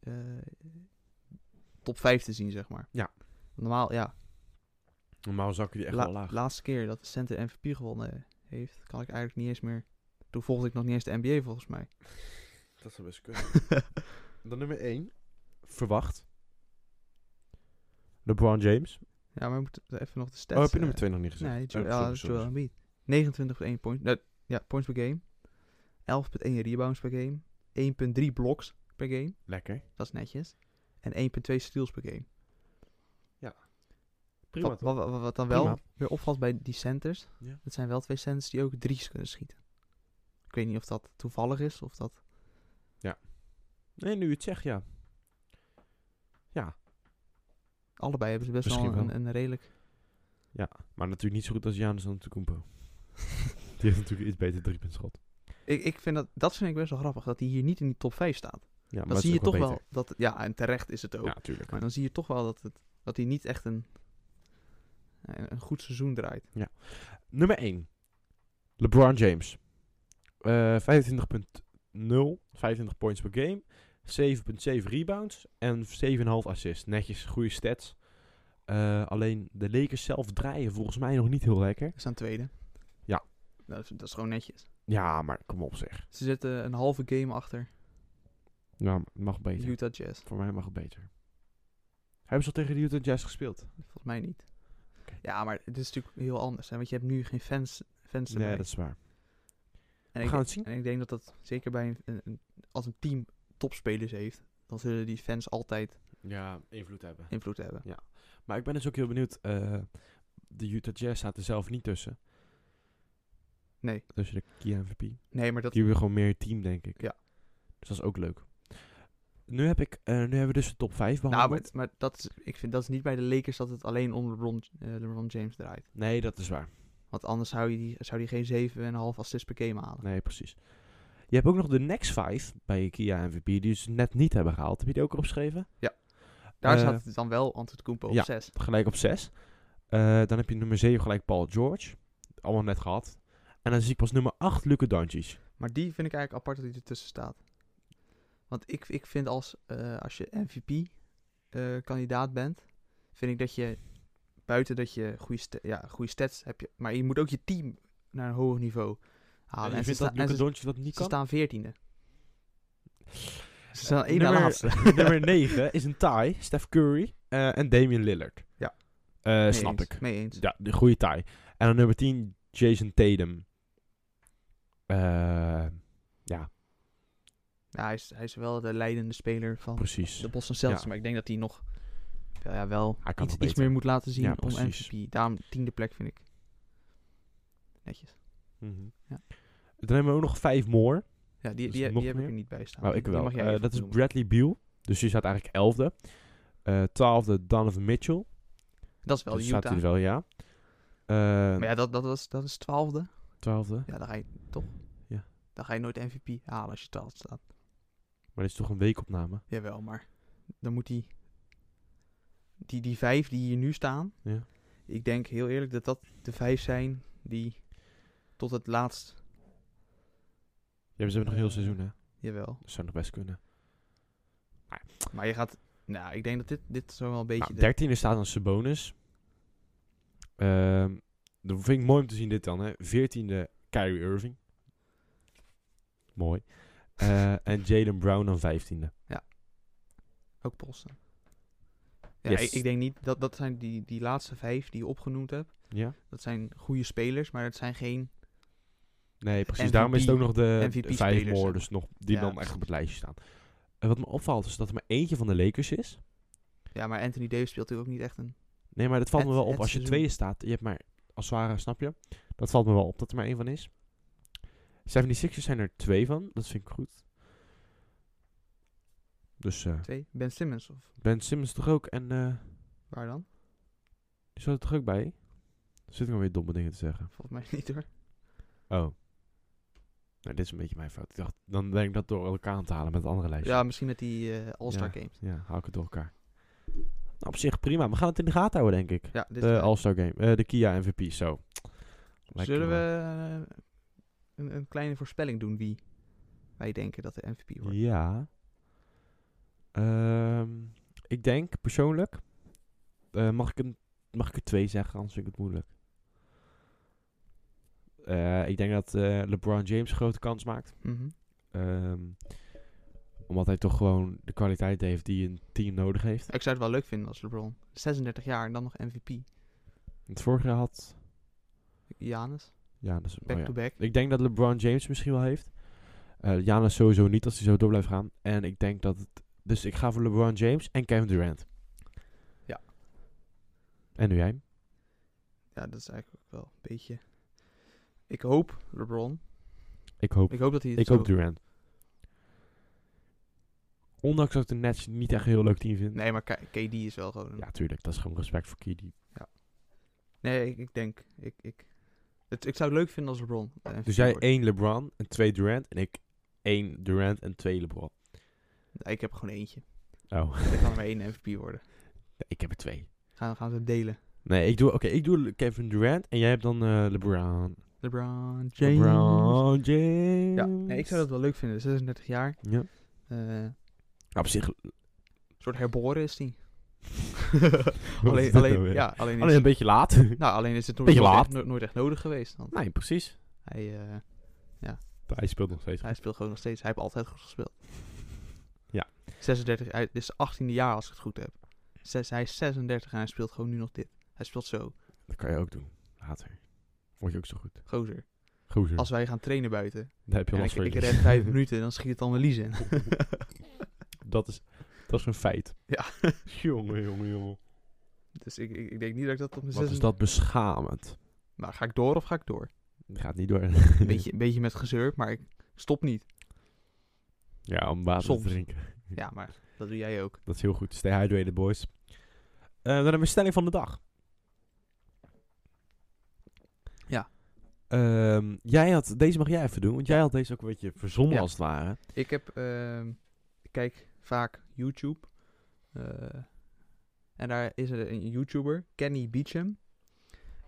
[SPEAKER 3] eh, top 5 te zien, zeg maar.
[SPEAKER 2] Ja.
[SPEAKER 3] Normaal, ja,
[SPEAKER 2] Normaal zou ik die echt
[SPEAKER 3] La-
[SPEAKER 2] wel laag.
[SPEAKER 3] Laatste keer dat de center MVP gewonnen heeft, kan ik eigenlijk niet eens meer. Toen volgde ik nog niet eens de NBA volgens mij.
[SPEAKER 2] Dat zou best kunnen. Dan nummer 1. Verwacht. LeBron James.
[SPEAKER 3] ja, maar we moeten even nog de stats.
[SPEAKER 2] Oh, heb je
[SPEAKER 3] eh,
[SPEAKER 2] nummer 2 nog niet gezegd?
[SPEAKER 3] Nee,
[SPEAKER 2] Oh,
[SPEAKER 3] Joel,
[SPEAKER 2] sorry,
[SPEAKER 3] ja,
[SPEAKER 2] sorry.
[SPEAKER 3] Joel Embiid. 29,1 points. nee, ja, points per game. 11,1 rebounds per game. 1,3 blocks per game.
[SPEAKER 2] Lekker.
[SPEAKER 3] Dat is netjes. En 1,2 steals per game.
[SPEAKER 2] Prima
[SPEAKER 3] wat,
[SPEAKER 2] toch?
[SPEAKER 3] wat, wat- wat dan wel
[SPEAKER 2] Prima.
[SPEAKER 3] weer opvalt bij die centers.
[SPEAKER 2] Ja.
[SPEAKER 3] Dat zijn wel twee centers die ook drie's kunnen schieten. Ik weet niet of dat toevallig is of dat...
[SPEAKER 2] Nee, nu je het zegt, ja.
[SPEAKER 3] Allebei hebben ze best wel,
[SPEAKER 2] Misschien
[SPEAKER 3] een,
[SPEAKER 2] wel.
[SPEAKER 3] een redelijk
[SPEAKER 2] Maar natuurlijk niet zo goed als Janus Antetokounmpo. die heeft natuurlijk iets beter driepuntschot.
[SPEAKER 3] Ik, ik vind dat, dat vind ik best wel grappig, dat hij hier niet in die top 5 staat.
[SPEAKER 2] Ja, maar
[SPEAKER 3] Dan
[SPEAKER 2] het
[SPEAKER 3] zie
[SPEAKER 2] is
[SPEAKER 3] je
[SPEAKER 2] ook
[SPEAKER 3] toch wel
[SPEAKER 2] beter.
[SPEAKER 3] dat, ja, en terecht is het ook.
[SPEAKER 2] Ja, natuurlijk.
[SPEAKER 3] Maar dan zie je toch wel dat, het, dat hij niet echt een, een een goed seizoen draait.
[SPEAKER 2] Nummer 1. LeBron James. Eh 25.0, 25 points per game, 7.7 rebounds en 7,5 assists. Netjes, goede stats. Eh, alleen de Lakers zelf draaien volgens mij nog niet heel lekker.
[SPEAKER 3] Ze staan tweede.
[SPEAKER 2] Ja.
[SPEAKER 3] Dat is, dat is gewoon netjes.
[SPEAKER 2] Ja, maar kom op zeg.
[SPEAKER 3] Ze zitten een halve game achter
[SPEAKER 2] Ja, maar het mag beter.
[SPEAKER 3] Utah Jazz.
[SPEAKER 2] Voor mij mag het beter. Hebben ze al tegen de Utah Jazz gespeeld?
[SPEAKER 3] Volgens mij niet.
[SPEAKER 2] Oké.
[SPEAKER 3] Ja, maar het is natuurlijk heel anders. Hè? Want je hebt nu geen fans, fans erbij.
[SPEAKER 2] Nee, dat is waar.
[SPEAKER 3] en,
[SPEAKER 2] We
[SPEAKER 3] ik,
[SPEAKER 2] gaan het zien.
[SPEAKER 3] en ik denk dat dat zeker bij een, een- een- als een team topspelers heeft, dan zullen die fans altijd
[SPEAKER 2] Ja, invloed hebben.
[SPEAKER 3] invloed hebben.
[SPEAKER 2] Maar ik ben dus ook heel benieuwd. eh, de Utah Jazz staat er zelf niet tussen.
[SPEAKER 3] Nee.
[SPEAKER 2] Tussen de Kia MVP.
[SPEAKER 3] Nee, maar dat,
[SPEAKER 2] Die hebben gewoon meer team, denk ik.
[SPEAKER 3] Ja.
[SPEAKER 2] Dus dat is ook leuk. Nu, heb ik, eh, nu hebben we dus de top 5
[SPEAKER 3] Nou,
[SPEAKER 2] behandeld.
[SPEAKER 3] maar, maar dat is, ik vind dat is niet bij de Lakers dat het alleen om LeBron, eh, LeBron James draait.
[SPEAKER 2] Nee, dat is waar.
[SPEAKER 3] Want anders zou je die, zou die geen 7,5 assist per game halen.
[SPEAKER 2] Nee, precies. Je hebt ook nog de next 5 bij Kia MVP, die ze net niet hebben gehaald. Heb je die ook opgeschreven?
[SPEAKER 3] Daar
[SPEAKER 2] Eh,
[SPEAKER 3] staat het dan wel Antetokounmpo op
[SPEAKER 2] ja.
[SPEAKER 3] 6.
[SPEAKER 2] Gelijk op 6. Eh, dan heb je nummer 7 gelijk Paul George. Allemaal net gehad. En dan zie ik pas nummer 8 Luca Doncic.
[SPEAKER 3] Maar die vind ik eigenlijk apart dat hij ertussen staat. Want ik, ik vind als, eh, als je MVP-kandidaat eh, bent, vind ik dat je buiten dat je goede, sta- ja, goede stats hebt, maar je moet ook je team naar een hoger niveau halen.
[SPEAKER 2] en
[SPEAKER 3] Ah, En
[SPEAKER 2] je
[SPEAKER 3] ze,
[SPEAKER 2] vindt dat
[SPEAKER 3] sta- en
[SPEAKER 2] Luca
[SPEAKER 3] ze,
[SPEAKER 2] Doncic dat niet
[SPEAKER 3] ze
[SPEAKER 2] kan? Eh,
[SPEAKER 3] staan veertiende. Ze staan één na
[SPEAKER 2] nummer-
[SPEAKER 3] laatste.
[SPEAKER 2] nummer 9 is een tie, Steph Curry eh, en Damian Lillard.
[SPEAKER 3] Ja.
[SPEAKER 2] Eh,
[SPEAKER 3] Mee
[SPEAKER 2] snap
[SPEAKER 3] eens,
[SPEAKER 2] ik.
[SPEAKER 3] Mee eens.
[SPEAKER 2] Ja, de goede tie. En dan nummer 10, Jason Tatum. Eh,
[SPEAKER 3] Ja, hij is, hij is wel de leidende speler van
[SPEAKER 2] precies.
[SPEAKER 3] de Boston Celtics.
[SPEAKER 2] Ja.
[SPEAKER 3] Maar ik denk dat hij nog ja, ja, wel
[SPEAKER 2] Hij kan wel
[SPEAKER 3] iets, iets
[SPEAKER 2] beter.
[SPEAKER 3] meer moet laten zien
[SPEAKER 2] Ja,
[SPEAKER 3] om
[SPEAKER 2] precies.
[SPEAKER 3] MVP. Daarom tiende plek vind ik netjes.
[SPEAKER 2] Mhm.
[SPEAKER 3] Ja.
[SPEAKER 2] Dan hebben we ook nog 5 more.
[SPEAKER 3] Ja, die,
[SPEAKER 2] Dus
[SPEAKER 3] die,
[SPEAKER 2] nog
[SPEAKER 3] die heb ik
[SPEAKER 2] meer?
[SPEAKER 3] er niet bij staan.
[SPEAKER 2] Nou, ik
[SPEAKER 3] Die
[SPEAKER 2] wel.
[SPEAKER 3] mag jij
[SPEAKER 2] Eh,
[SPEAKER 3] even
[SPEAKER 2] dat is
[SPEAKER 3] noemen.
[SPEAKER 2] Bradley Beal. Dus die staat eigenlijk 11e. Eh 12e, Donovan Mitchell.
[SPEAKER 3] Dat is wel
[SPEAKER 2] Dus staat
[SPEAKER 3] Utah.
[SPEAKER 2] hij er wel, ja. Eh
[SPEAKER 3] Maar ja, dat, dat, dat, is, dat is twaalfde.
[SPEAKER 2] 12e.
[SPEAKER 3] Ja, dan ga je toch.
[SPEAKER 2] Ja.
[SPEAKER 3] Dan ga je nooit MVP halen als je twaalfde staat.
[SPEAKER 2] Maar dit is toch een weekopname?
[SPEAKER 3] Jawel, maar dan moet die, die... Die vijf die hier nu staan...
[SPEAKER 2] Ja.
[SPEAKER 3] Ik denk heel eerlijk dat dat de vijf zijn die tot het laatst...
[SPEAKER 2] Ja, we hebben nog heel
[SPEAKER 3] Eh,
[SPEAKER 2] seizoen, hè?
[SPEAKER 3] Jawel.
[SPEAKER 2] Dat zou nog best kunnen.
[SPEAKER 3] Maar je gaat... Nou, ik denk dat dit, dit zo wel een beetje...
[SPEAKER 2] Nou,
[SPEAKER 3] de-
[SPEAKER 2] 13e staat dan Sabonis. Ehm dat vind ik mooi om te zien dit dan. Hè. 14e Kyrie Irving. Mooi. Eh, en Jalen Brown dan 15e.
[SPEAKER 3] Ook Boston. Ja,
[SPEAKER 2] Yes.
[SPEAKER 3] ik, ik denk niet... Dat, dat zijn die, die laatste vijf die je opgenoemd hebt.
[SPEAKER 2] Ja?
[SPEAKER 3] Dat zijn goede spelers, maar het zijn geen...
[SPEAKER 2] Nee, precies.
[SPEAKER 3] MVP
[SPEAKER 2] Daarom is het ook nog de
[SPEAKER 3] MVP
[SPEAKER 2] de vijf
[SPEAKER 3] spelers,
[SPEAKER 2] more,
[SPEAKER 3] zeg
[SPEAKER 2] dus nog, die
[SPEAKER 3] Ja,
[SPEAKER 2] dan echt
[SPEAKER 3] precies.
[SPEAKER 2] op het lijstje staan. En wat me opvalt is dat er maar eentje van de Lakers is.
[SPEAKER 3] Ja, maar Anthony Davis speelt natuurlijk ook niet echt een...
[SPEAKER 2] Nee, maar dat valt me
[SPEAKER 3] Het-
[SPEAKER 2] wel op.
[SPEAKER 3] het
[SPEAKER 2] Als je
[SPEAKER 3] seizoen.
[SPEAKER 2] tweede staat, je hebt maar, als het ware, snap je? Dat valt me wel op dat er maar één van is. 76ers zijn er twee van. Dat vind ik goed. Dus eh,
[SPEAKER 3] Twee? Ben Simmons of
[SPEAKER 2] Ben Simmons toch ook en eh
[SPEAKER 3] waar dan?
[SPEAKER 2] die zat er toch ook bij? Zit ik alweer domme dingen te zeggen.
[SPEAKER 3] Volgens mij niet hoor.
[SPEAKER 2] Oh. Nou, dit is een beetje mijn fout. Ik dacht, dan denk ik dat door elkaar aan te halen met het andere lijstje.
[SPEAKER 3] Ja, misschien met die eh, All-Star
[SPEAKER 2] Ja.
[SPEAKER 3] Games.
[SPEAKER 2] Ja, hou ik het door elkaar. Nou, op zich prima. We gaan het in de gaten houden, denk ik.
[SPEAKER 3] Ja, dit
[SPEAKER 2] De
[SPEAKER 3] is-
[SPEAKER 2] All-Star Game. Eh, de Kia MVP, zo. Lekker,
[SPEAKER 3] Zullen we
[SPEAKER 2] man.
[SPEAKER 3] eh, een, een kleine voorspelling doen wie wij denken dat de MVP wordt?
[SPEAKER 2] Ja. Ehm, ik denk persoonlijk... eh, mag, ik een, mag ik er twee zeggen, anders vind ik het moeilijk. Eh, ik denk dat eh, LeBron James grote kans maakt.
[SPEAKER 3] Mhm.
[SPEAKER 2] Ehm, omdat hij toch gewoon de kwaliteit heeft die een team nodig heeft.
[SPEAKER 3] Ik zou het wel leuk vinden als LeBron. 36 jaar en dan nog MVP.
[SPEAKER 2] Het vorige jaar had...
[SPEAKER 3] Janus,
[SPEAKER 2] Ja, dat is, oh ja.
[SPEAKER 3] back-to-back.
[SPEAKER 2] Ik denk dat LeBron James misschien wel heeft. Eh Jana sowieso niet als hij zo door blijft gaan. En ik denk dat het... Dus ik ga voor LeBron James en Kevin Durant.
[SPEAKER 3] Ja.
[SPEAKER 2] En nu jij?
[SPEAKER 3] Ja, dat is eigenlijk ook wel een beetje... Ik hoop LeBron.
[SPEAKER 2] Ik hoop,
[SPEAKER 3] Ik hoop dat hij het
[SPEAKER 2] ik
[SPEAKER 3] zo-
[SPEAKER 2] hoop Durant. Ondanks dat ik de Nets niet echt een heel leuk team vind.
[SPEAKER 3] Nee, maar K- KD is wel gewoon... een-
[SPEAKER 2] Ja, tuurlijk. Dat is gewoon respect voor KD.
[SPEAKER 3] Nee, ik, ik denk... Ik, ik, het, ik zou het leuk vinden als LeBron de MVP
[SPEAKER 2] Dus jij
[SPEAKER 3] wordt.
[SPEAKER 2] één LeBron en twee Durant. En ik één Durant en twee LeBron.
[SPEAKER 3] Nee, ik heb er gewoon eentje.
[SPEAKER 2] Oh,
[SPEAKER 3] Er kan er maar één MVP worden.
[SPEAKER 2] ik heb er twee.
[SPEAKER 3] Gaan, gaan we het delen.
[SPEAKER 2] Nee, ik doe, oké ik doe Kevin Durant en jij hebt dan eh, LeBron.
[SPEAKER 3] LeBron James.
[SPEAKER 2] LeBron James.
[SPEAKER 3] Ja, nee, ik zou dat wel leuk vinden. 36 jaar.
[SPEAKER 2] Ja.
[SPEAKER 3] Eh,
[SPEAKER 2] Nou, op zich...
[SPEAKER 3] Een soort herboren is die.
[SPEAKER 2] Wat is
[SPEAKER 3] alleen,
[SPEAKER 2] dit nou
[SPEAKER 3] alleen,
[SPEAKER 2] weer?
[SPEAKER 3] ja, alleen, is,
[SPEAKER 2] Alleen een beetje laat.
[SPEAKER 3] nou, alleen is het nooit,
[SPEAKER 2] beetje
[SPEAKER 3] nooit
[SPEAKER 2] laat.
[SPEAKER 3] echt, nooit, nooit echt nodig geweest. Want
[SPEAKER 2] nee, precies.
[SPEAKER 3] hij, eh,
[SPEAKER 2] Hij speelt nog steeds.
[SPEAKER 3] hij speelt gewoon nog steeds. Hij heeft altijd goed gespeeld.
[SPEAKER 2] Ja.
[SPEAKER 3] 36, hij, dit is zijn 18e jaar als ik het goed heb. Zes, hij is 36 en hij speelt gewoon nu nog dit. Hij speelt zo.
[SPEAKER 2] Dat kan je ook doen. Later. Word je ook zo goed.
[SPEAKER 3] Gozer.
[SPEAKER 2] Goed.
[SPEAKER 3] Als wij gaan trainen buiten.
[SPEAKER 2] Daar heb je
[SPEAKER 3] En
[SPEAKER 2] al
[SPEAKER 3] ik,
[SPEAKER 2] voor.
[SPEAKER 3] ik
[SPEAKER 2] je.
[SPEAKER 3] red 5 minuten, dan schiet het allemaal Lies in.
[SPEAKER 2] Dat is, dat is een feit.
[SPEAKER 3] Ja.
[SPEAKER 2] jongen, jongen, jongen.
[SPEAKER 3] dus ik, ik, ik denk niet dat ik dat op mijn
[SPEAKER 2] Wat is
[SPEAKER 3] 36
[SPEAKER 2] dat beschamend.
[SPEAKER 3] Nou, ga ik door of ga ik door?
[SPEAKER 2] Dat gaat niet door.
[SPEAKER 3] Een beetje, een beetje met gezeur, maar ik stop niet.
[SPEAKER 2] ja, om water
[SPEAKER 3] Soms.
[SPEAKER 2] te drinken.
[SPEAKER 3] Ja, maar dat doe jij ook.
[SPEAKER 2] Dat is heel goed. Stay hydrated, boys. Eh, dan hebben we stelling van de dag.
[SPEAKER 3] Ja.
[SPEAKER 2] Ehm, jij had, deze mag jij even doen, want jij had deze ook een beetje verzonnen
[SPEAKER 3] Ja.
[SPEAKER 2] als het ware.
[SPEAKER 3] Ik heb, ehm, ik kijk vaak YouTube. eh, en daar is er een YouTuber, Kenny Beecham.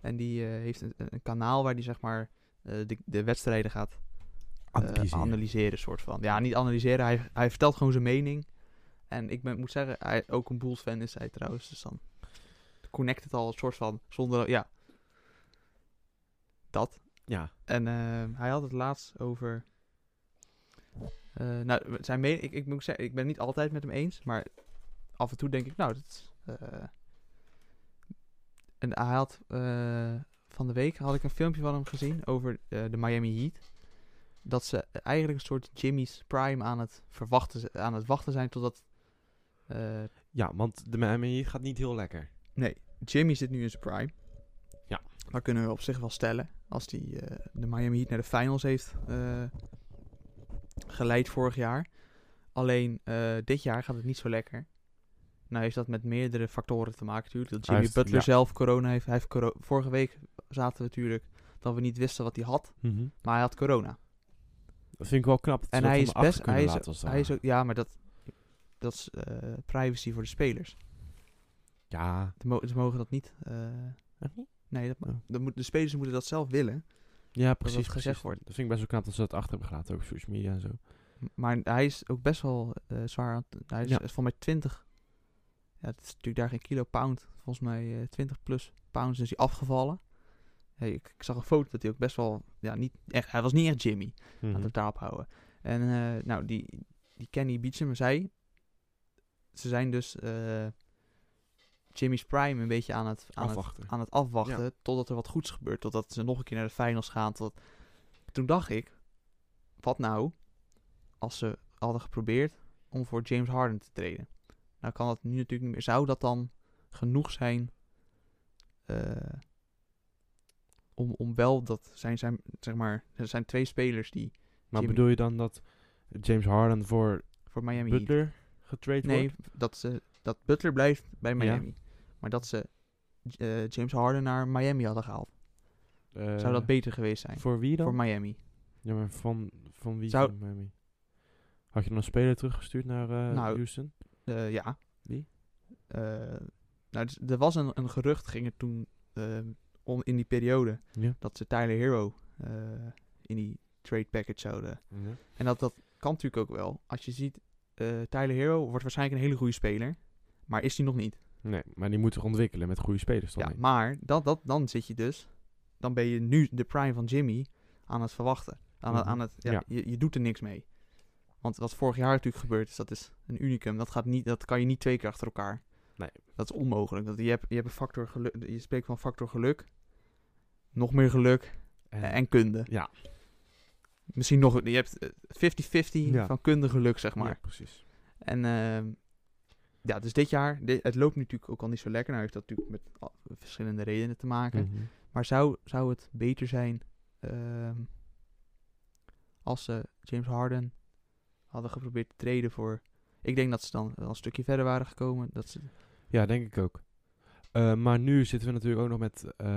[SPEAKER 3] En die eh, heeft een, een kanaal waar die zeg maar eh, de, de wedstrijden gaat eh,
[SPEAKER 2] Analyseren.
[SPEAKER 3] analyseren, soort van. Ja, niet analyseren, hij, hij vertelt gewoon zijn mening. En ik ben, moet zeggen, hij, ook een Bulls fan is hij trouwens. Dus dan connect het al een soort van, zonder, ja. Dat.
[SPEAKER 2] ja.
[SPEAKER 3] En ehm, hij had het laatst over. eh, nou, zijn me- ik, ik moet zeggen, ik ben het niet altijd met hem eens, maar af en toe denk ik, nou, dat is. eh, en hij had. eh, van de week had ik een filmpje van hem gezien over eh, de Miami Heat. Dat ze eigenlijk een soort Jimmy's Prime aan het, verwachten, z- aan het wachten zijn totdat. eh,
[SPEAKER 2] ja, want de Miami Heat gaat niet heel lekker.
[SPEAKER 3] Nee, Jimmy zit nu in zijn prime.
[SPEAKER 2] Ja.
[SPEAKER 3] Dat kunnen we op zich wel stellen. Als hij de Miami Heat naar de finals heeft eh, geleid vorig jaar. Alleen eh, dit jaar gaat het niet zo lekker. Nou heeft dat met meerdere factoren te maken natuurlijk. Dat
[SPEAKER 2] Hij
[SPEAKER 3] Jimmy
[SPEAKER 2] heeft-
[SPEAKER 3] Butler
[SPEAKER 2] ja.
[SPEAKER 3] zelf corona heeft. Hij heeft coro- Vorige week zaten we natuurlijk dat we niet wisten wat hij had. Maar hij had corona.
[SPEAKER 2] Mhm. Dat vind ik wel knap. dat ze
[SPEAKER 3] En
[SPEAKER 2] dat
[SPEAKER 3] hij
[SPEAKER 2] van
[SPEAKER 3] is
[SPEAKER 2] achter
[SPEAKER 3] best-
[SPEAKER 2] kunnen
[SPEAKER 3] hij is-
[SPEAKER 2] laten als het
[SPEAKER 3] Hij is
[SPEAKER 2] ware.
[SPEAKER 3] ook, ja, maar dat, dat is eh, privacy voor de spelers.
[SPEAKER 2] Ja.
[SPEAKER 3] Ze mo- ze mogen dat niet... eh,
[SPEAKER 2] Echt niet?
[SPEAKER 3] Nee, dat,
[SPEAKER 2] Oh.
[SPEAKER 3] dat moet, de spelers moeten dat zelf willen.
[SPEAKER 2] Ja,
[SPEAKER 3] dat
[SPEAKER 2] precies.
[SPEAKER 3] gezegd
[SPEAKER 2] precies.
[SPEAKER 3] wordt.
[SPEAKER 2] Dat vind ik best wel knap dat ze dat achter hebben gelaten, ook op social media en zo.
[SPEAKER 3] M- Maar hij is ook best wel eh, zwaar. aan het- Hij is
[SPEAKER 2] Ja.
[SPEAKER 3] eh, volgens mij 20. Ja, het is natuurlijk daar geen kilo pound. Volgens mij eh, 20 plus pounds is hij afgevallen. Hey, ik, ik zag een foto dat hij ook best wel. Ja, niet echt, hij was niet echt Jimmy.
[SPEAKER 2] Mhm.
[SPEAKER 3] Laten we het daarop houden. En eh, nou, die, die Kenny Beecham zei... Ze zijn dus eh, Jimmy's prime een beetje aan het, aan het,
[SPEAKER 2] Afwachten.
[SPEAKER 3] aan het afwachten... totdat er wat goeds gebeurt. Totdat ze nog een keer naar de finals gaan. Tot... Toen dacht ik, wat nou als ze hadden geprobeerd om voor James Harden te treden? Nou kan dat nu natuurlijk niet meer. Zou dat dan genoeg zijn... eh, om, om wel dat zijn, zijn, zeg maar, er zijn twee spelers die
[SPEAKER 2] Maar
[SPEAKER 3] Jimmy.
[SPEAKER 2] bedoel je dan dat James Harden voor
[SPEAKER 3] voor Miami Heat.
[SPEAKER 2] Butler getrade
[SPEAKER 3] Nee,
[SPEAKER 2] wordt?
[SPEAKER 3] dat, ze, dat Butler blijft bij Miami. Maar dat ze eh, James Harden naar Miami hadden gehaald.
[SPEAKER 2] Eh,
[SPEAKER 3] Zou dat beter geweest zijn
[SPEAKER 2] Voor wie dan?
[SPEAKER 3] voor Miami?
[SPEAKER 2] Ja, maar van, van wie
[SPEAKER 3] Zou-
[SPEAKER 2] van Miami? Had je dan een speler teruggestuurd naar eh,
[SPEAKER 3] Nou,
[SPEAKER 2] Houston?
[SPEAKER 3] Eh, ja.
[SPEAKER 2] Wie?
[SPEAKER 3] Eh, nou, dus er was een, een gerucht, ging het toen eh, om in die periode,
[SPEAKER 2] Ja.
[SPEAKER 3] dat ze Tyler Hero eh, in die trade package zouden. En dat, dat kan natuurlijk ook wel. Als je ziet, eh Tyler Hero wordt waarschijnlijk een hele goede speler, maar is hij nog niet.
[SPEAKER 2] Nee, maar die moet zich ontwikkelen met goede spelers dan.
[SPEAKER 3] Ja,
[SPEAKER 2] heen.
[SPEAKER 3] maar dat, dat, dan zit je dus, dan ben je nu de prime van Jimmy aan het verwachten. Aan, het-
[SPEAKER 2] Mhm.
[SPEAKER 3] aan het, ja,
[SPEAKER 2] Ja.
[SPEAKER 3] Je, je doet er niks mee. Want wat vorig jaar natuurlijk gebeurd is, dat is een unicum. Dat, gaat niet, dat kan je niet twee keer achter elkaar.
[SPEAKER 2] Nee.
[SPEAKER 3] Dat is onmogelijk. Dat, je, hebt, je, hebt een factor geluk, je spreekt van factor geluk, nog meer geluk en, en kunde.
[SPEAKER 2] ja.
[SPEAKER 3] Misschien nog, je hebt eh, 50-50
[SPEAKER 2] Ja.
[SPEAKER 3] van kunde geluk, zeg maar.
[SPEAKER 2] Ja, precies.
[SPEAKER 3] En ehm, ja, dus dit jaar, di- het loopt nu natuurlijk ook al niet zo lekker. Nou heeft dat natuurlijk met al- verschillende redenen te maken.
[SPEAKER 2] Mhm.
[SPEAKER 3] Maar zou, zou het beter zijn ehm, als ze James Harden hadden geprobeerd te treden voor... Ik denk dat ze dan wel een stukje verder waren gekomen. Dat ze,
[SPEAKER 2] Ja, denk ik ook. Eh, maar nu zitten we natuurlijk ook nog met... eh,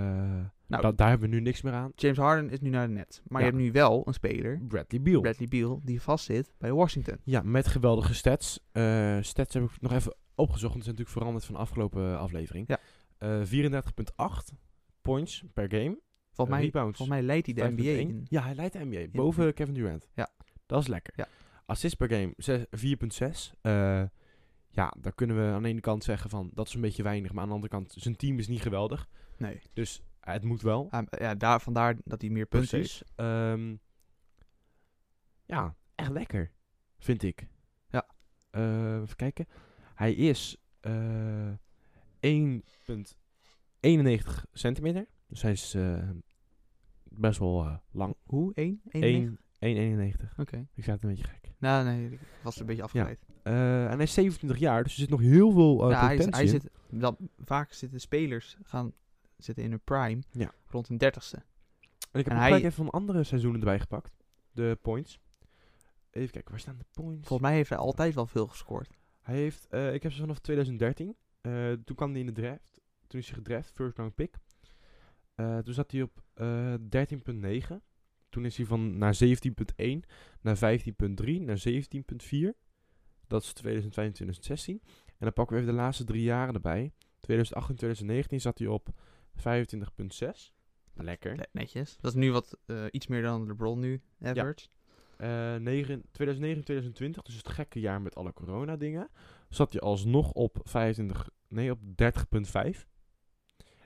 [SPEAKER 3] nou,
[SPEAKER 2] da- daar hebben we nu niks meer aan.
[SPEAKER 3] James Harden is nu naar de net. Maar
[SPEAKER 2] Ja.
[SPEAKER 3] je hebt nu wel een speler,
[SPEAKER 2] Bradley Beal.
[SPEAKER 3] Bradley Beal, die vastzit bij Washington.
[SPEAKER 2] Ja, met geweldige stats. Eh, stats heb ik nog even opgezocht. Want het is natuurlijk veranderd van de afgelopen aflevering.
[SPEAKER 3] Ja.
[SPEAKER 2] Eh, 34,8 points per game.
[SPEAKER 3] Volgens mij,
[SPEAKER 2] Rebounds.
[SPEAKER 3] volgens mij leidt hij de NBA
[SPEAKER 2] 5,1.
[SPEAKER 3] in.
[SPEAKER 2] Ja, hij leidt de NBA. Boven Kevin Durant.
[SPEAKER 3] Ja.
[SPEAKER 2] Dat is lekker.
[SPEAKER 3] Ja.
[SPEAKER 2] Assist per game zes- 4,6. Eh, ja, daar kunnen we aan de ene kant zeggen van dat is een beetje weinig. Maar aan de andere kant, zijn team is niet geweldig.
[SPEAKER 3] Nee.
[SPEAKER 2] Dus eh, het moet wel.
[SPEAKER 3] Ah, ja, daar, vandaar dat hij meer punten heeft.
[SPEAKER 2] Precies. Ehm, ja, echt lekker. Vind ik.
[SPEAKER 3] Ja.
[SPEAKER 2] Eh, even kijken. Hij is eh 1,91 centimeter. Dus hij is eh, best wel eh, lang.
[SPEAKER 3] Hoe? 1? 1?
[SPEAKER 2] 1 1,91.
[SPEAKER 3] Oké.
[SPEAKER 2] Ik zei het een beetje gek.
[SPEAKER 3] Nou, nee, ik was een beetje afgeleid.
[SPEAKER 2] Eh, en hij is 27 jaar, dus er zit nog heel veel eh
[SPEAKER 3] ja, hij,
[SPEAKER 2] potentie
[SPEAKER 3] is- hij
[SPEAKER 2] in.
[SPEAKER 3] zit, dat, vaak zitten spelers gaan, zitten in hun prime
[SPEAKER 2] Ja.
[SPEAKER 3] rond hun dertigste.
[SPEAKER 2] En ik heb
[SPEAKER 3] en
[SPEAKER 2] ook
[SPEAKER 3] hij-
[SPEAKER 2] gelijk even van andere seizoenen erbij gepakt. De points. Even kijken, waar staan de points?
[SPEAKER 3] Volgens mij heeft hij altijd wel veel gescoord.
[SPEAKER 2] Hij heeft, eh, ik heb ze vanaf 2013. Eh, toen kwam hij in de draft. Toen is hij gedraft, first round pick. Eh, toen zat hij op eh, 13.9. Toen is hij van naar 17.1, naar 15.3, naar 17.4. Dat is 2015, 2016. En dan pakken we even de laatste drie jaren erbij. 2008 en 2019 zat hij op 25.6. Lekker.
[SPEAKER 3] Le- Netjes. Dat is nu wat eh, iets meer dan LeBron nu, average.
[SPEAKER 2] Eh, negen- 2009 2020, dus het gekke jaar met alle corona-dingen, zat hij alsnog op 25, nee, op 30,5.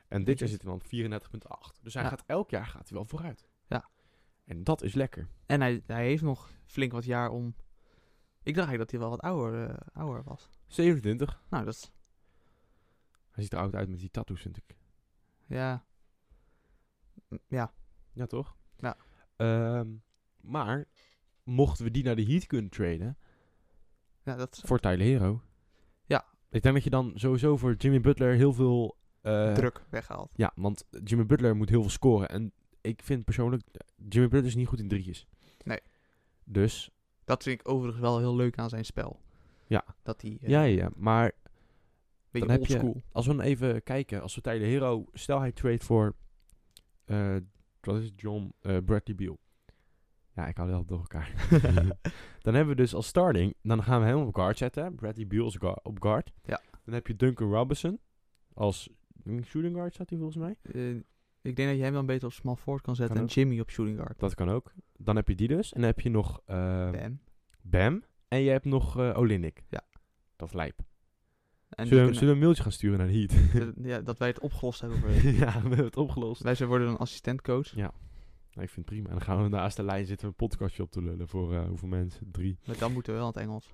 [SPEAKER 2] En dit jaar zit hij dan op 34,8. Dus hij
[SPEAKER 3] Ja.
[SPEAKER 2] gaat elk jaar gaat hij wel vooruit.
[SPEAKER 3] Ja.
[SPEAKER 2] En dat is lekker.
[SPEAKER 3] En hij, hij heeft nog flink wat jaar om... Ik dacht eigenlijk dat hij wel wat ouder, eh, ouder was.
[SPEAKER 2] 27.
[SPEAKER 3] Nou, dat is...
[SPEAKER 2] Hij ziet er oud uit met die tattoos, vind ik.
[SPEAKER 3] Ja. M- Ja.
[SPEAKER 2] Ja, toch?
[SPEAKER 3] Ja.
[SPEAKER 2] Ehm, maar mochten we die naar de Heat kunnen traden
[SPEAKER 3] ja dat is
[SPEAKER 2] voor Tyler Hero.
[SPEAKER 3] Ja.
[SPEAKER 2] Ik denk dat je dan sowieso voor Jimmy Butler heel veel eh,
[SPEAKER 3] druk weggehaald.
[SPEAKER 2] Ja, want Jimmy Butler moet heel veel scoren. En ik vind persoonlijk, eh, Jimmy Butler is niet goed in drietjes.
[SPEAKER 3] Nee.
[SPEAKER 2] Dus,
[SPEAKER 3] Dat vind ik overigens wel heel leuk aan zijn spel.
[SPEAKER 2] Ja.
[SPEAKER 3] Dat hij... eh,
[SPEAKER 2] ja, ja, ja. Maar
[SPEAKER 3] Beetje
[SPEAKER 2] dan heb je-
[SPEAKER 3] oldschool.
[SPEAKER 2] als we dan even kijken, als we Tyler Hero, stel hij trade voor, eh, wat is het, John, eh, Bradley Beal. Ja, ik hou dat door elkaar. dan hebben we dus als starting, dan gaan we hem op guard zetten. Bradley Beal is gua- op guard.
[SPEAKER 3] Ja.
[SPEAKER 2] Dan heb je Duncan Robinson als mm, shooting guard, staat hij volgens mij.
[SPEAKER 3] Eh, ik denk dat je hem dan beter op small forward kan zetten
[SPEAKER 2] Kan
[SPEAKER 3] en Jimmy op shooting guard.
[SPEAKER 2] Dat kan ook. Dan heb je die dus. En dan heb je nog... eh,
[SPEAKER 3] Bam.
[SPEAKER 2] Bam. En je hebt nog eh Olinik.
[SPEAKER 3] Ja.
[SPEAKER 2] Dat is lijp.
[SPEAKER 3] En die
[SPEAKER 2] zullen, we-
[SPEAKER 3] kunnen- eh,
[SPEAKER 2] zullen we een mailtje gaan sturen naar de Heat?
[SPEAKER 3] ja, dat wij het opgelost hebben. Voor hun.
[SPEAKER 2] ja, we hebben het opgelost.
[SPEAKER 3] wij zijn worden dan assistentcoach.
[SPEAKER 2] Nou, ik vind het prima. En dan gaan we naast de lijn zitten we een podcastje op te lullen voor eh, hoeveel mensen? Drie.
[SPEAKER 3] Maar dan moeten we wel in het Engels.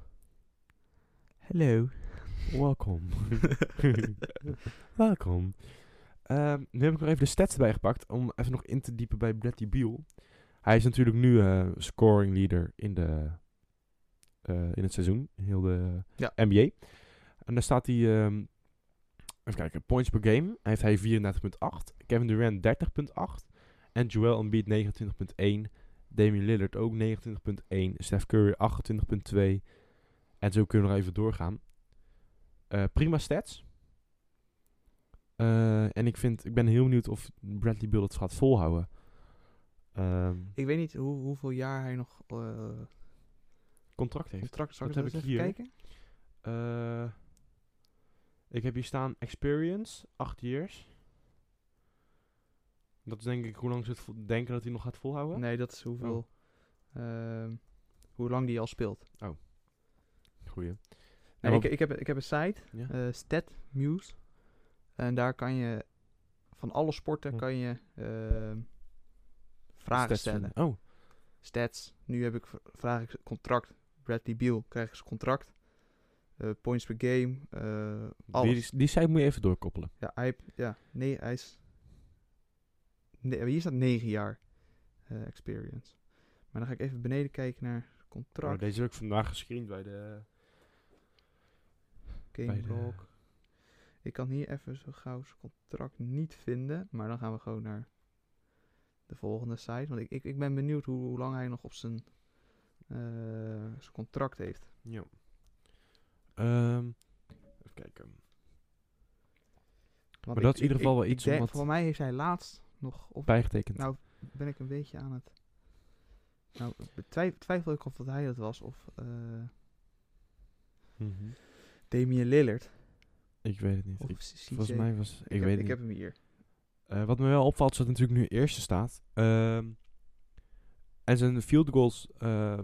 [SPEAKER 3] Hello.
[SPEAKER 2] Welkom. Welkom. Ehm, nu heb ik nog even de stats erbij gepakt om even nog in te diepen bij Bradley Beal. Hij is natuurlijk nu eh, scoring leader in, de, eh, in het seizoen, in heel de
[SPEAKER 3] Ja.
[SPEAKER 2] NBA. En daar staat hij, ehm, even kijken, points per game. Hij heeft hij 34,8, Kevin Durant 30,8 en Joel Embiid 29,1. Damian Lillard ook 29,1, Steph Curry 28,2. En zo kunnen we nog even doorgaan. Eh, prima stats. Eh, en ik, vind, ik ben heel benieuwd of Bradley Beal het gaat volhouden. Ehm,
[SPEAKER 3] Ik weet niet hoe, hoeveel jaar hij nog eh
[SPEAKER 2] contract heeft.
[SPEAKER 3] contract zal
[SPEAKER 2] dat
[SPEAKER 3] dat
[SPEAKER 2] heb ik
[SPEAKER 3] eens
[SPEAKER 2] hier.
[SPEAKER 3] even kijken?
[SPEAKER 2] Eh, ik heb hier staan experience, 8 years. Dat is denk ik hoe lang ze het vo- denken dat hij nog gaat volhouden.
[SPEAKER 3] Nee, dat is hoeveel...
[SPEAKER 2] Oh.
[SPEAKER 3] ehm, hoe lang die al speelt.
[SPEAKER 2] Goeie.
[SPEAKER 3] Nee,
[SPEAKER 2] Ja,
[SPEAKER 3] ik, ik, heb, ik heb een site,
[SPEAKER 2] Ja.
[SPEAKER 3] eh Stat Muse. En daar kan je van alle sporten
[SPEAKER 2] Ja.
[SPEAKER 3] kan je ehm, vragen
[SPEAKER 2] Hm. Stats
[SPEAKER 3] stellen.
[SPEAKER 2] vinden. Oh,
[SPEAKER 3] Stats. Nu heb ik, v- vraag ik contract. Bradley Beal krijg ik zijn contract. Eh, points per game. eh, alles.
[SPEAKER 2] die, die site moet je even doorkoppelen.
[SPEAKER 3] Ja, hij, heeft- ja, nee, hij is... Nee, hier staat 9 jaar eh, experience. Maar dan ga ik even beneden kijken naar
[SPEAKER 2] Oh,
[SPEAKER 3] contract,
[SPEAKER 2] deze heb ik vandaag gescreend bij de... bij
[SPEAKER 3] game
[SPEAKER 2] de-
[SPEAKER 3] block. Ik kan hier even zo gauw zijn contract niet vinden. Maar dan gaan we gewoon naar de volgende site. Want ik, ik, ik ben benieuwd hoe, hoe lang hij nog op zijn, eh, zijn contract heeft.
[SPEAKER 2] eh, Ja. Ehm, even kijken.
[SPEAKER 3] Want
[SPEAKER 2] Maar dat is in ieder geval wel iets om
[SPEAKER 3] denk-
[SPEAKER 2] wat-
[SPEAKER 3] Voor mij heeft hij laatst nog... Of
[SPEAKER 2] Bijgetekend.
[SPEAKER 3] Nou, ben ik een beetje aan het. Nou, betwij- twijfel ik of dat hij dat was of eh
[SPEAKER 2] Mhm.
[SPEAKER 3] Damian Lillard.
[SPEAKER 2] Ik weet het niet.
[SPEAKER 3] Of
[SPEAKER 2] Ik-
[SPEAKER 3] CJ.
[SPEAKER 2] volgens mij was... Ik,
[SPEAKER 3] ik, heb,
[SPEAKER 2] weet
[SPEAKER 3] ik
[SPEAKER 2] het
[SPEAKER 3] heb
[SPEAKER 2] niet.
[SPEAKER 3] hem hier.
[SPEAKER 2] Eh, wat me wel opvalt is dat het natuurlijk nu eerste staat. Ehm, en zijn field goals eh,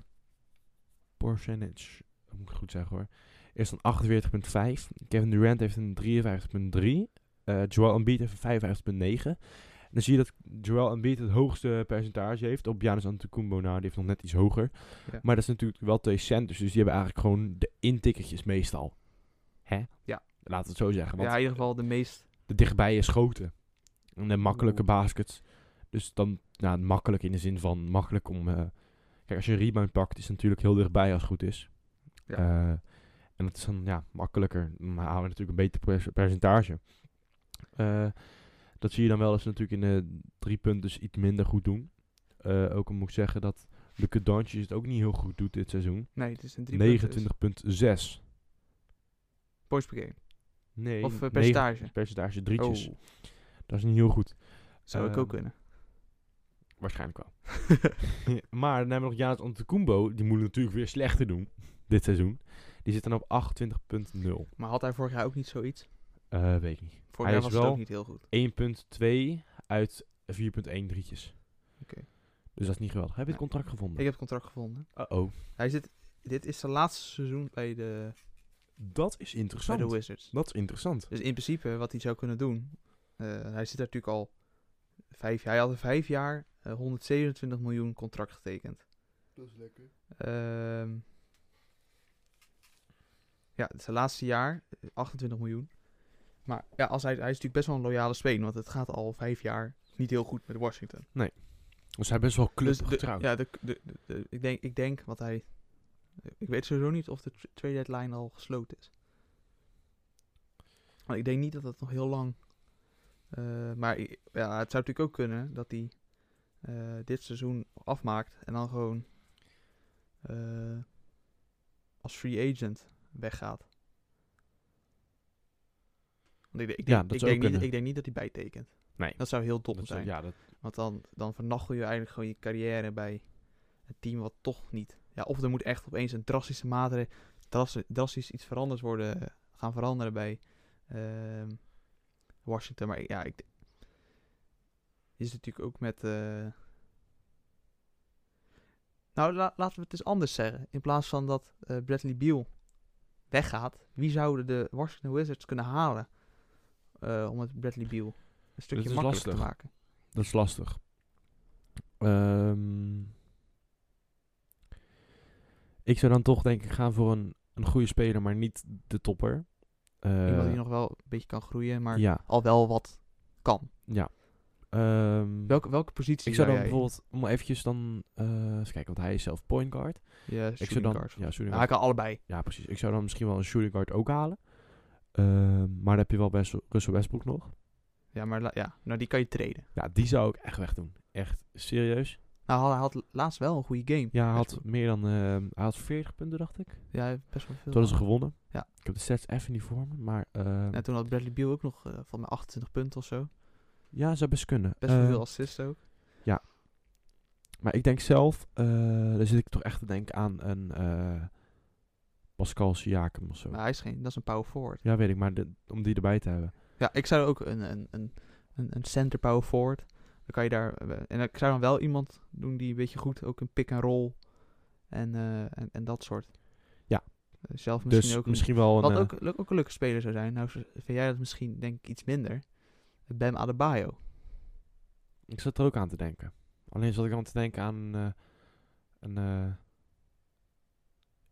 [SPEAKER 2] percentage, dat moet ik goed zeggen hoor, is dan 48,5. Kevin Durant heeft een 53,3. Eh Joel Embiid heeft een 55,9. En Dan zie je dat Joel Embiid het hoogste percentage heeft. Op Giannis Antetokounmpo, nou, die heeft nog net iets hoger.
[SPEAKER 3] Ja.
[SPEAKER 2] Maar dat is natuurlijk wel twee centers. Dus die hebben eigenlijk gewoon de intikkertjes meestal. Hè?
[SPEAKER 3] Ja.
[SPEAKER 2] Laten we het zo zeggen. Want
[SPEAKER 3] ja, in ieder geval de meest.
[SPEAKER 2] de dichtbije schoten. En de makkelijke
[SPEAKER 3] Oeh.
[SPEAKER 2] baskets. Dus dan, nou, makkelijk in de zin van makkelijk om. eh, kijk, als je een rebound pakt, is het natuurlijk heel dichtbij als het goed is.
[SPEAKER 3] Ja.
[SPEAKER 2] Eh, en dat is dan ja, makkelijker. Dan halen we natuurlijk een beter pers- percentage. Eh, dat zie je dan wel als ze natuurlijk in de drie punten dus iets minder goed doen. Eh, ook al moet ik zeggen dat Luka Doncic het ook niet heel goed doet dit seizoen.
[SPEAKER 3] Nee, het is een
[SPEAKER 2] 29,6.
[SPEAKER 3] 29 points per game.
[SPEAKER 2] Nee,
[SPEAKER 3] Of, eh,
[SPEAKER 2] negen-
[SPEAKER 3] percentage.
[SPEAKER 2] Percentage drietjes.
[SPEAKER 3] Oh,
[SPEAKER 2] Dat is niet heel goed.
[SPEAKER 3] zou ik
[SPEAKER 2] Ehm,
[SPEAKER 3] ook kunnen.
[SPEAKER 2] Waarschijnlijk wel. maar dan hebben we nog Janet Antetokounmpo. Die moet het natuurlijk weer slechter doen. Dit seizoen. Die zit dan op 28.0.
[SPEAKER 3] Maar had hij vorig jaar ook niet zoiets?
[SPEAKER 2] Eh weet ik niet.
[SPEAKER 3] Vorig jaar
[SPEAKER 2] is
[SPEAKER 3] was
[SPEAKER 2] wel-
[SPEAKER 3] het ook niet heel goed.
[SPEAKER 2] 1.2 uit 4.1 drietjes.
[SPEAKER 3] Oké.
[SPEAKER 2] Dus dat is niet geweldig. Heb je het contract
[SPEAKER 3] Ik
[SPEAKER 2] gevonden?
[SPEAKER 3] heb het contract gevonden.
[SPEAKER 2] Uh-oh.
[SPEAKER 3] Hij zit, dit is zijn laatste seizoen bij de,
[SPEAKER 2] Dat is
[SPEAKER 3] bij de
[SPEAKER 2] interessant.
[SPEAKER 3] Wizards.
[SPEAKER 2] Dat is interessant.
[SPEAKER 3] Dus in principe wat hij zou kunnen doen. eh, hij zit daar natuurlijk al vijf jaar. Hij had vijf jaar eh, 127 miljoen contract getekend.
[SPEAKER 1] Dat is lekker.
[SPEAKER 3] Ehm, ja, het is zijn laatste jaar, eh, 28 miljoen. Maar ja, als hij, hij is natuurlijk best wel een loyale speler, want het gaat al vijf jaar niet heel goed met Washington.
[SPEAKER 2] Dus hij best wel club
[SPEAKER 3] de-
[SPEAKER 2] getrouwd.
[SPEAKER 3] ja, de, de, de- de- ik, denk, ik denk wat hij. Ik weet sowieso niet of de tr- trade deadline al gesloten is. Maar ik denk niet dat dat nog heel lang. eh, maar i- ja, het zou natuurlijk ook kunnen dat hij eh, dit seizoen afmaakt en dan gewoon eh, als free agent weggaat. Want ik, denk- ik,
[SPEAKER 2] Ja,
[SPEAKER 3] denk,
[SPEAKER 2] dat zou
[SPEAKER 3] ik, denk
[SPEAKER 2] ook
[SPEAKER 3] niet,
[SPEAKER 2] kunnen.
[SPEAKER 3] ik denk niet dat hij bijtekent.
[SPEAKER 2] Nee.
[SPEAKER 3] Dat zou heel dom
[SPEAKER 2] Dat is-
[SPEAKER 3] zijn.
[SPEAKER 2] ja, dat,
[SPEAKER 3] Want dan, dan vernachel je eigenlijk gewoon je carrière bij een team wat toch niet. Ja, of er moet echt opeens een drastische maatregel. Dras, drastisch iets veranderd worden. eh, Gaan veranderen bij ehm, Washington. Maar ik- ja, ik. Is het natuurlijk ook met. eh, Nou, la- laten we het eens anders zeggen. In plaats van dat eh, Bradley Beal weggaat, wie zouden de Washington Wizards kunnen halen eh, om het Bradley Beal een stukje
[SPEAKER 2] is
[SPEAKER 3] makkelijker te
[SPEAKER 2] lastig.
[SPEAKER 3] maken?
[SPEAKER 2] dat is lastig. Ehm, ik zou dan toch denk ik gaan voor een, een goede speler, maar niet de topper. Eh,
[SPEAKER 3] Iemand die nog wel een beetje kan groeien, maar
[SPEAKER 2] Ja,
[SPEAKER 3] al wel wat kan.
[SPEAKER 2] ja. Ehm,
[SPEAKER 3] Welke, welke positie
[SPEAKER 2] ik zou dan
[SPEAKER 3] jij-
[SPEAKER 2] bijvoorbeeld, om eventjes dan, eh eens kijken, want hij is zelf point guard.
[SPEAKER 3] Ja,
[SPEAKER 2] Ik zou
[SPEAKER 3] shooting
[SPEAKER 2] dan,
[SPEAKER 3] guards.
[SPEAKER 2] ja, shooting
[SPEAKER 3] Nou,
[SPEAKER 2] guard.
[SPEAKER 3] hij kan allebei.
[SPEAKER 2] ja, precies. Ik zou dan misschien wel een shooting guard ook halen. Ehm, maar dan heb je wel best Russell Westbrook nog.
[SPEAKER 3] Ja, maar la- ja, nou, die kan je traden.
[SPEAKER 2] Ja, die zou ik echt wegdoen. Echt serieus.
[SPEAKER 3] Nou, hij had laatst wel een goede game.
[SPEAKER 2] Ja, hij had
[SPEAKER 3] Westbrook.
[SPEAKER 2] meer dan, ehm, hij had 40 punten, dacht ik.
[SPEAKER 3] Ja, hij heeft best wel veel.
[SPEAKER 2] Toen hadden ze gewonnen.
[SPEAKER 3] Ja.
[SPEAKER 2] Ik heb de stats even niet voor me, maar... ehm,
[SPEAKER 3] en toen had Bradley Beal ook nog eh, van mij 28 punten of zo.
[SPEAKER 2] ja, zou best kunnen.
[SPEAKER 3] Best wel
[SPEAKER 2] Ehm,
[SPEAKER 3] veel assists ook.
[SPEAKER 2] Maar ik denk zelf, eh daar zit ik toch echt te denken aan een eh, Pascal Siakam of zo.
[SPEAKER 3] Maar hij is geen, dat is een power forward.
[SPEAKER 2] Ja, weet ik, maar de- om die erbij te hebben.
[SPEAKER 3] Ja, ik zou ook een, een, een, een, een center power forward. Dan kan je daar, eh, en ik zou dan wel iemand doen die een beetje goed ook een pick and roll en, eh, en, en dat soort.
[SPEAKER 2] Ja.
[SPEAKER 3] Eh, Zelf misschien
[SPEAKER 2] Dus
[SPEAKER 3] ook. een-
[SPEAKER 2] misschien wel een...
[SPEAKER 3] wat
[SPEAKER 2] eh,
[SPEAKER 3] ook, ook een leuke speler zou zijn. Nou z- vind jij dat misschien denk ik iets minder. Bam Adebayo.
[SPEAKER 2] Ik zat er ook aan te denken. Alleen zat ik aan te denken aan eh, een. eh,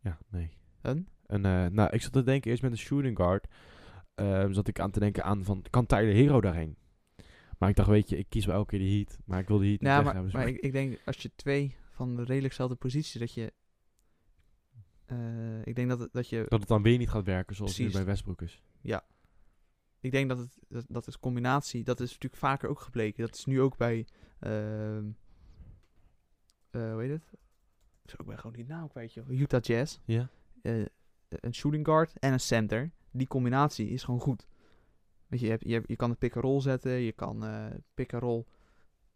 [SPEAKER 2] ja, nee.
[SPEAKER 3] Een?
[SPEAKER 2] Een, eh, nou, ik zat te denken eerst met een shooting guard. Ehm, zat ik aan te denken aan van kan Tyler Hero daarheen? Maar ik dacht, weet je, ik kies wel elke keer de Heat. Maar ik wil de Heat niet
[SPEAKER 3] Nou,
[SPEAKER 2] weg
[SPEAKER 3] maar,
[SPEAKER 2] hebben. dus
[SPEAKER 3] maar
[SPEAKER 2] maar-
[SPEAKER 3] ik, ik denk als je twee van de redelijkzelfde positie, dat je. eh, ik denk dat, het- dat je
[SPEAKER 2] dat het dan weer niet gaat werken zoals het nu
[SPEAKER 3] Precies.
[SPEAKER 2] bij Westbrook is.
[SPEAKER 3] ik denk dat het dat, dat is combinatie, dat is natuurlijk vaker ook gebleken. Dat is nu ook bij, ehm eh, hoe heet het? Zo, ik ben gewoon die naam kwijt, joh. Utah Jazz.
[SPEAKER 2] Ja.
[SPEAKER 3] Eh, een shooting guard en een center. Die combinatie is gewoon goed. Weet je, je, hebt, je, hebt- je kan een pick-and-roll zetten, je kan eh pick-and-roll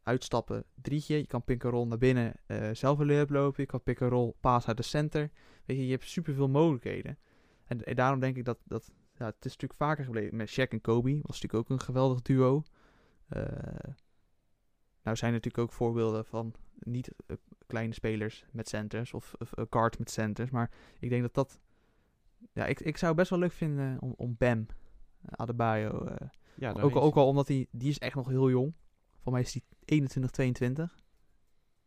[SPEAKER 3] uitstappen, drietje. Je kan pick-and-roll naar binnen eh, zelf een layup lopen. Je kan pick-and-roll paas uit de center. Weet je, je hebt superveel mogelijkheden. En, en daarom denk ik dat, dat ja, het is natuurlijk vaker gebleven. Met Shaq en Kobe was natuurlijk ook een geweldig duo. Eh, nou zijn er natuurlijk ook voorbeelden van niet eh, kleine spelers met centers of, of eh, guards met centers. Maar ik denk dat dat... Ja, ik, ik zou het best wel leuk vinden om, om Bam eh, Adebayo... eh,
[SPEAKER 2] ja
[SPEAKER 3] ook, al- ook al omdat hij... Die is echt nog heel jong. Voor mij is hij 21, 22.